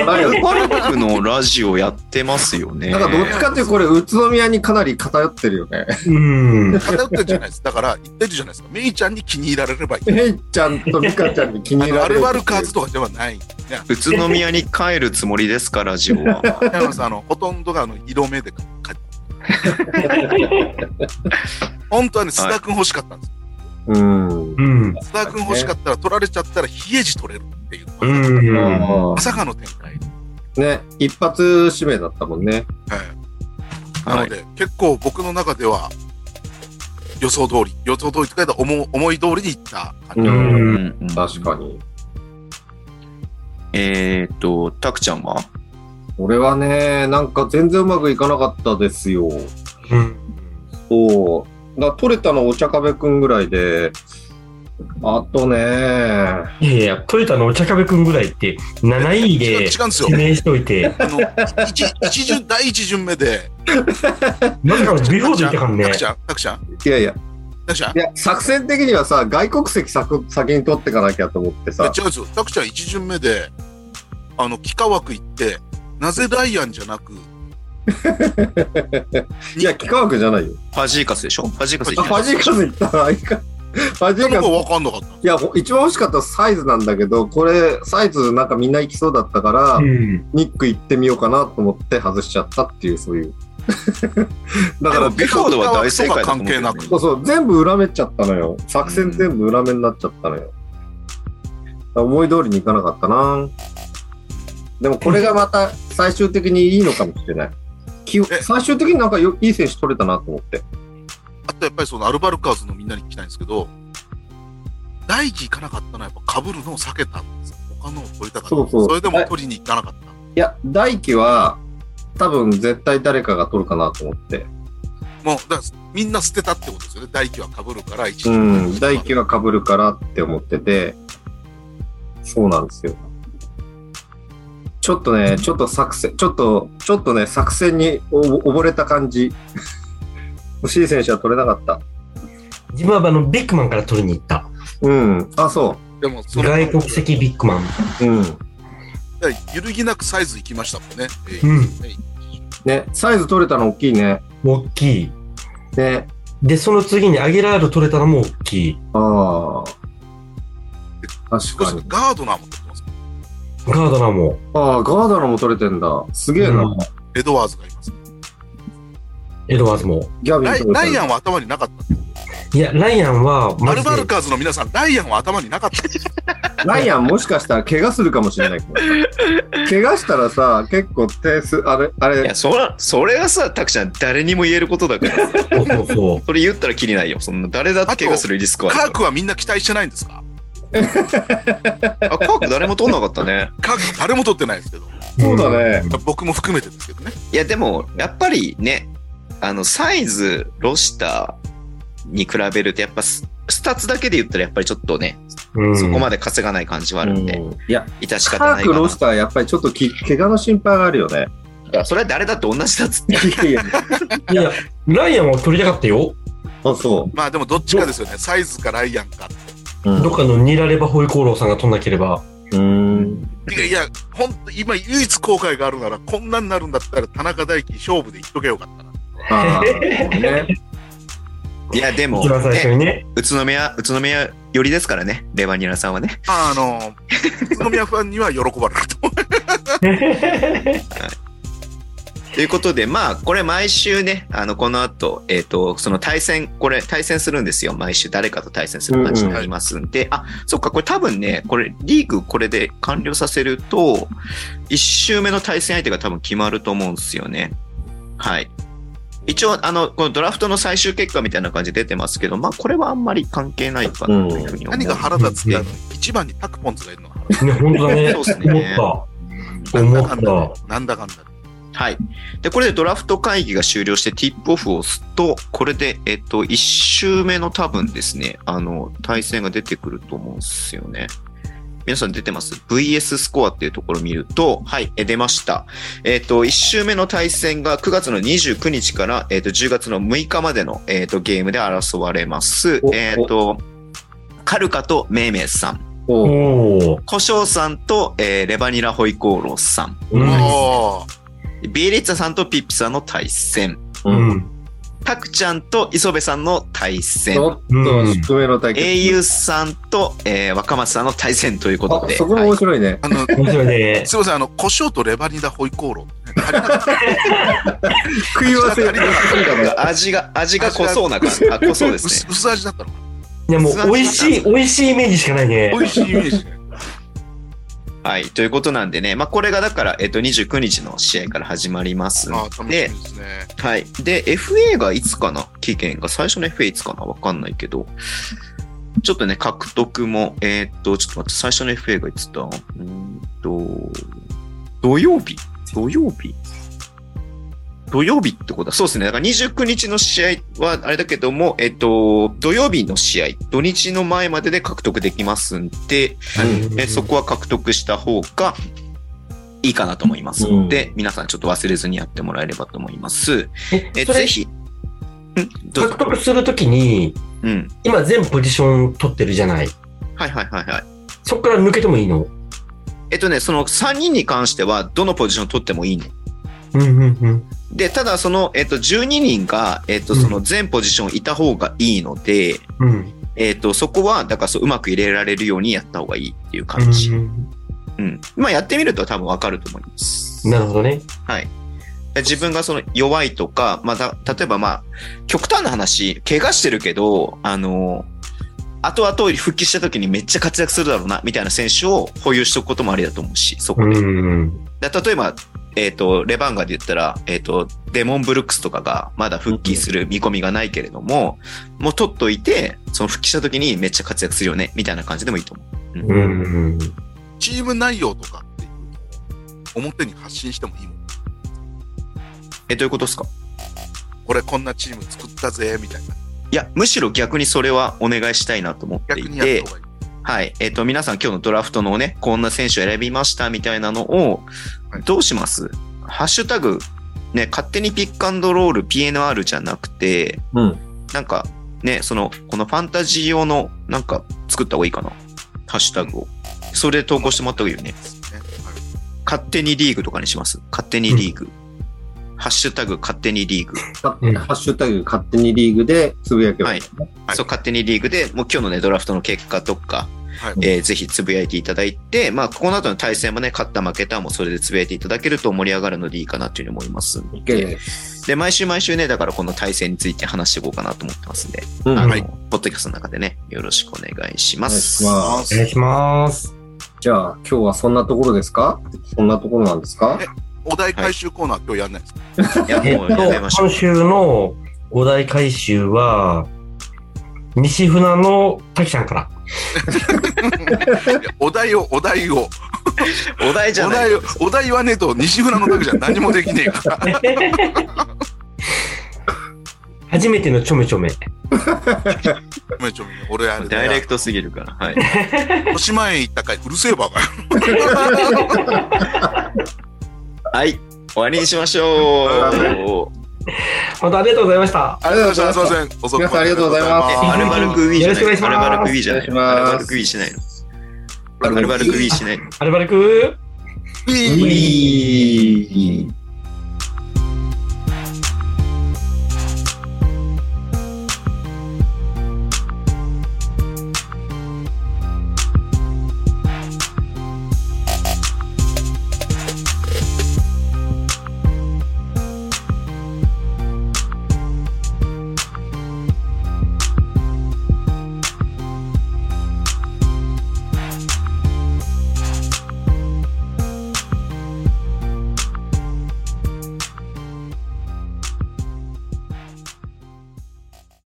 ライアン
パルクのラジオやってますよね。
なんかどっちかっていうとこれ、宇都宮にかなり偏ってるよ ね。
うん。
偏ってるじゃないです。だから、言ってるじゃないですか。メイちゃんに気に入られればいい。
ヘイちゃんとミカちゃんに気に
あ
入
の、
ら
ア
れる
ルバルカーズとかではない。
宇都宮に帰るつもりですか、ラジオ は。
だからさあの、ほとんどが、あの、色目でかか本当はね、須田君欲しかったんですよ。
うん。
うん。
須田君欲しかったら、取られちゃったら、比江島取れるっていう。
うん。
あ
まさかの展開。
ーね、一発指名だったもんね。
はい。
はい
なので、結構僕の中では、予想通り、予想通りって書いたら思う思い通りにいった感じ。
うん
うん。
うん
確かに。
えーっと、たくちゃんは
俺はね、なんか全然うまくいかなかったですよ。そう。だから取れたのはお茶壁くんぐらいで、あとね、
いやいや、トヨタのお茶壁くんぐらいって、7位
違う違う
で
んですよ
指。名しとい て、
あの、一一巡、第一巡目で、
まさかのビフォーズいたからね
タク。ちゃん、タクちゃん、
いやいや、
タクちゃん
いや、作戦的にはさ、外国籍先先に取ってかなきゃと思って
い
さ、
や違うんですよ。タクちゃん一巡目で、あの、幾何枠行って、なぜライアンじゃなく、
いや、幾何学じゃないよ。
ファジーカスでしょファジーカス
あ
行き
ファジーカスいったら、いいかファジー
僕
カス。
は分かんなかったんです
いや、ほ一番欲しかったサイズなんだけど、これ、サイズなんかみんな行きそうだったから、
うん。
ニック行ってみようかなと思って外しちゃったっていう、そう いう。だから、
でもビフォードは大正解だと思うけどね
関係な
そうそう、全部裏目っちゃったのよ。作戦全部裏目になっちゃったのよ。だから思い通りにいかなかったな。でもこれがまた最終的にいいのかもしれない。き
え
最終的になんかよいい選手取れたなと思って。
あとやっぱりそのアルバルカーズのみんなに聞きたいんですけど、第一行かなかったのはやっぱ被るのを避けたんですよ。他のを取りたかった。
そうそう
それでも取りに行かなかった。
いや、大輝は多分絶対誰かが取るかなと思って。
もう、だからみんな捨てたってことですよね。大輝は被るから、一
う
巡
ん、大輝は被るからって思ってて、そうなんですよ。ちょっとね、ちょっと作戦、ちょっと、ちょっとね、作戦にお溺れた感じ。 欲しい選手は取れなかった。
自分はあの、ビッグマンから取りに行った。
うん。あ、そ
でもその
外国籍ビッグマン。
う。うん。
だから揺るぎなくサイズ行きましたもんね。えー
うん。
ね
ね、サイズ取れたの大きいね。
大きい。
ね。
で、その次にアゲラール取れたのも大きい。
ああ。確
そ
か
して
に。
ガードナーも取ってますもん。
ガードナーも。
ああ、ガーダのも取れてんだ。すげえな。
うん
エドワーズがいます。
エドワーズも。
ギャビン
ライ
取れ
ラ
て
イ
る
アンは頭になかった。
いや、ライアンは、
ア
マ
ル
ジ
バル
で、
カーズの皆さん、ライアンは頭になかった。
ライアンもしかしたら怪我するかもしれないけど。怪我したらさ、結構点数、あれ、あ
い
れ
や、、そら、それはさ、たくちゃん、誰にも言えること だから。
そうそうそう。
それ言ったらきりないよ。そんな、誰だって怪我するリスクはあ
カー
る
クはみんな期待してないんですか
から。あ、カーク誰も取んなかったね。
カーク誰も取ってないですけど。
そうだね。
僕も含めてですけどね。
いや、でも、やっぱりね、あの、サイズ、ロシターに比べると、やっぱス、スタッツだけで言ったら、やっぱりちょっとね、
うん。
そこま
で。
で稼がない感じはあるんで、
うんいや、
致し方
カ
な
ー
い
ク
か
ロスター、やっぱりちょっとき怪我の心配があるよね。
な。それは誰だって同じだっつって。
いやいや
いや、ライアンは取りたかったよ。
あ、そ
まあでもどっちかですよね。サイズかライアンか。
う。うん
どっかのニラレバホイコーローさんが取んなければ。
うん。
いやいや、ほんと、今唯一後悔があるなら、こんなんなるんだったら田中大輝勝負で言っとけよかったな。
あーね。
いや、でも
一、番最初
ね
にね。
宇都宮、宇都宮寄りですからね、レバニラさんはね。
あの、 宇都宮ファンには喜ばれると思う。
ということで、まあ、これ毎週ね、あの、この後、えっ、と、その対戦、これ対戦するんですよ。毎週誰かと対戦する感じになりますんで、あ、そっか、これ多分ね、これリーグこれで完了させると、1周目の対戦相手が多分決まると思うんですよね。はい。一応、あの、このドラフトの最終結果みたいな感じで出てますけど、まあ、これはあんまり関係ないかなというふうに思う。
何が腹立つって、あの一番にタクポンズがいるのが
ね、本当だね。
そうっすね
思った。
腹
思
立つなんだ
っ
かんだ。なんだかんだ。
はい。で、これでドラフト会議が終了して、ティップオフを押すと、これで、えっと、1周目の多分ですね、あの、対戦が出てくると思うんですよね。皆さん出てます ?VS スコアっていうところを見ると、はい、え出ました。えっ、と、1周目の対戦が9月の29日から、えっと10月の6日までの、えっとゲームで争われます
お。
えっ、と、カルカとメイメイさん、
た。
おう
おお。
コショウさんと、えーレバニラホイコーローさん、
うん
お
ビエリッツァさんとピッピさんの対戦。
うん。
タクちゃんと磯部さんの対
ち
戦。
ょっと低めの対決。
英雄さんと、えー若松さんの対戦ということ
あ
で。
そこも
はい
面白いね。
あの、
面白い ね。
すいません、あの、胡椒とレバニラホイコーロー。あれ
食い合わせができるかも ね
味が、味が濃そうな感じ。あ、濃そうです
薄
ね。
薄味だったのか
いやもう、美味しい、美味しいイメージしかないね
な。。美味しいイメージね。
はい。ということなんでね。まあ、これがだから、えっ、と、29日の試合から始まりますん
ああ、楽しみ
で
で。すね。
はい。で、FA がいつかな期限が、最初の FA いつかなわかんないけど、ちょっとね、獲得も、えーっと、ちょっと待って、最初の FA がいつだうーんと、土曜日土曜日土曜日ってことだ。そうですね。だから29日の試合はあれだけども、えっと、土曜日の試合、土日の前までで獲得できますんで、えそこは獲得した方がいいかなと思いますので、皆さんちょっと忘れずにやってもらえればと思います。え
それ
ぜひ。んどう
獲
ぞ。
得するときに、
うん。
今全ポジション取ってるじゃない。
はいはいはいはい。
そこから抜けてもいいの
えっとね、その3人に関しては、どのポジション取ってもいいの。
うんうんうん。
で、ただその、えっと、12人が、えっと、その全ポジションいた方がいいので、
うん。
えっと、そこは、だからそう、うまく入れられるようにやった方がいいっていう感じ。うん。まあ、やってみると多分わかると思います。
なるほどね。
はい。自分がその弱いとか、まあ、た例えばまあ、極端な話、怪我してるけど、あの、後々復帰した時にめっちゃ活躍するだろうな、みたいな選手を保有しておくこともありだと思うし、そこ
う
で。
ん。
だ例えば、えっ、と、レバンガで言ったら、えっ、と、デモンブルックスとかがまだ復帰する見込みがないけれども、もう取っといて、その復帰した時にめっちゃ活躍するよね、みたいな感じでもいいと思う。うん
うん。
チーム内容とかっていうのを表に発信してもいいもん。
え、どういうことですか
俺こんなチーム作ったぜ、みたいな。
いや、むしろ逆にそれはお願いしたいなと思っていて。
逆にやった方がいい。
はい。えっ、と、皆さん今日のドラフトのね、こんな選手を選びましたみたいなのを
はい、
どうします、ハッシュタグ、ね、勝手にピックアンドロール PNR じゃなくて、
うん
なんか、ね、その、このファンタジー用の、なんか、作った方がいいかな。ハッシュタグを。それで投稿してもらった方がいいよね。
ねはい
勝手にリーグとかにします。勝手にリーグ。ハッシュタグ勝手にリーグ。
ハ
うん
ッシュタグ勝手にリーグでつぶやけばいい
はい
そう、勝手にリーグで、もう今日のね、ドラフトの結果とか、
はい
えーぜひつぶやいていただいて、まあ、この後の対戦もね、勝った負けたもそれでつぶやいていただけると盛り上がるのでいいかなというふうに思いますんで。
OK です。
で、毎週毎週ね、だからこの対戦について話していこうかなと思ってますんで、
うん
あの、
はい
ポッドキャストの中でね、よろしくお願いします。
お願い
お
しま
願いします。
じゃあ、今日はそんなところですかそんなところなんですか
えお題回収コーナー今日やんないですか
いや、
えっ
もうやめまし
と、
ょ
今
う。
週のお題回収は、西船の滝さんから。
いやお題を、お題を。
お題じゃ
お
ない。
題を、お題言わねえと西船のだけじゃ何もできねえから。
初めてのちょめちょめ。
ごめんちょめん俺あれ
ダイレ
だ
クトすぎるから。はい。
よ。豊島園行った回、うるせえばかよ。
はい。終わりにしましょう。
本当ありがとうございました。
ありがとうございます。すいません。遅くまで
皆さんありがとうございます
ありがとうござい
えアルバルク V じゃない。
よろしくお
ア
願いします
ルバルク V じゃな
お
い。
願いします
アルバルク V しないの。
ア
アルバルク
ー
V しないの。
アルバルク
い
ます
い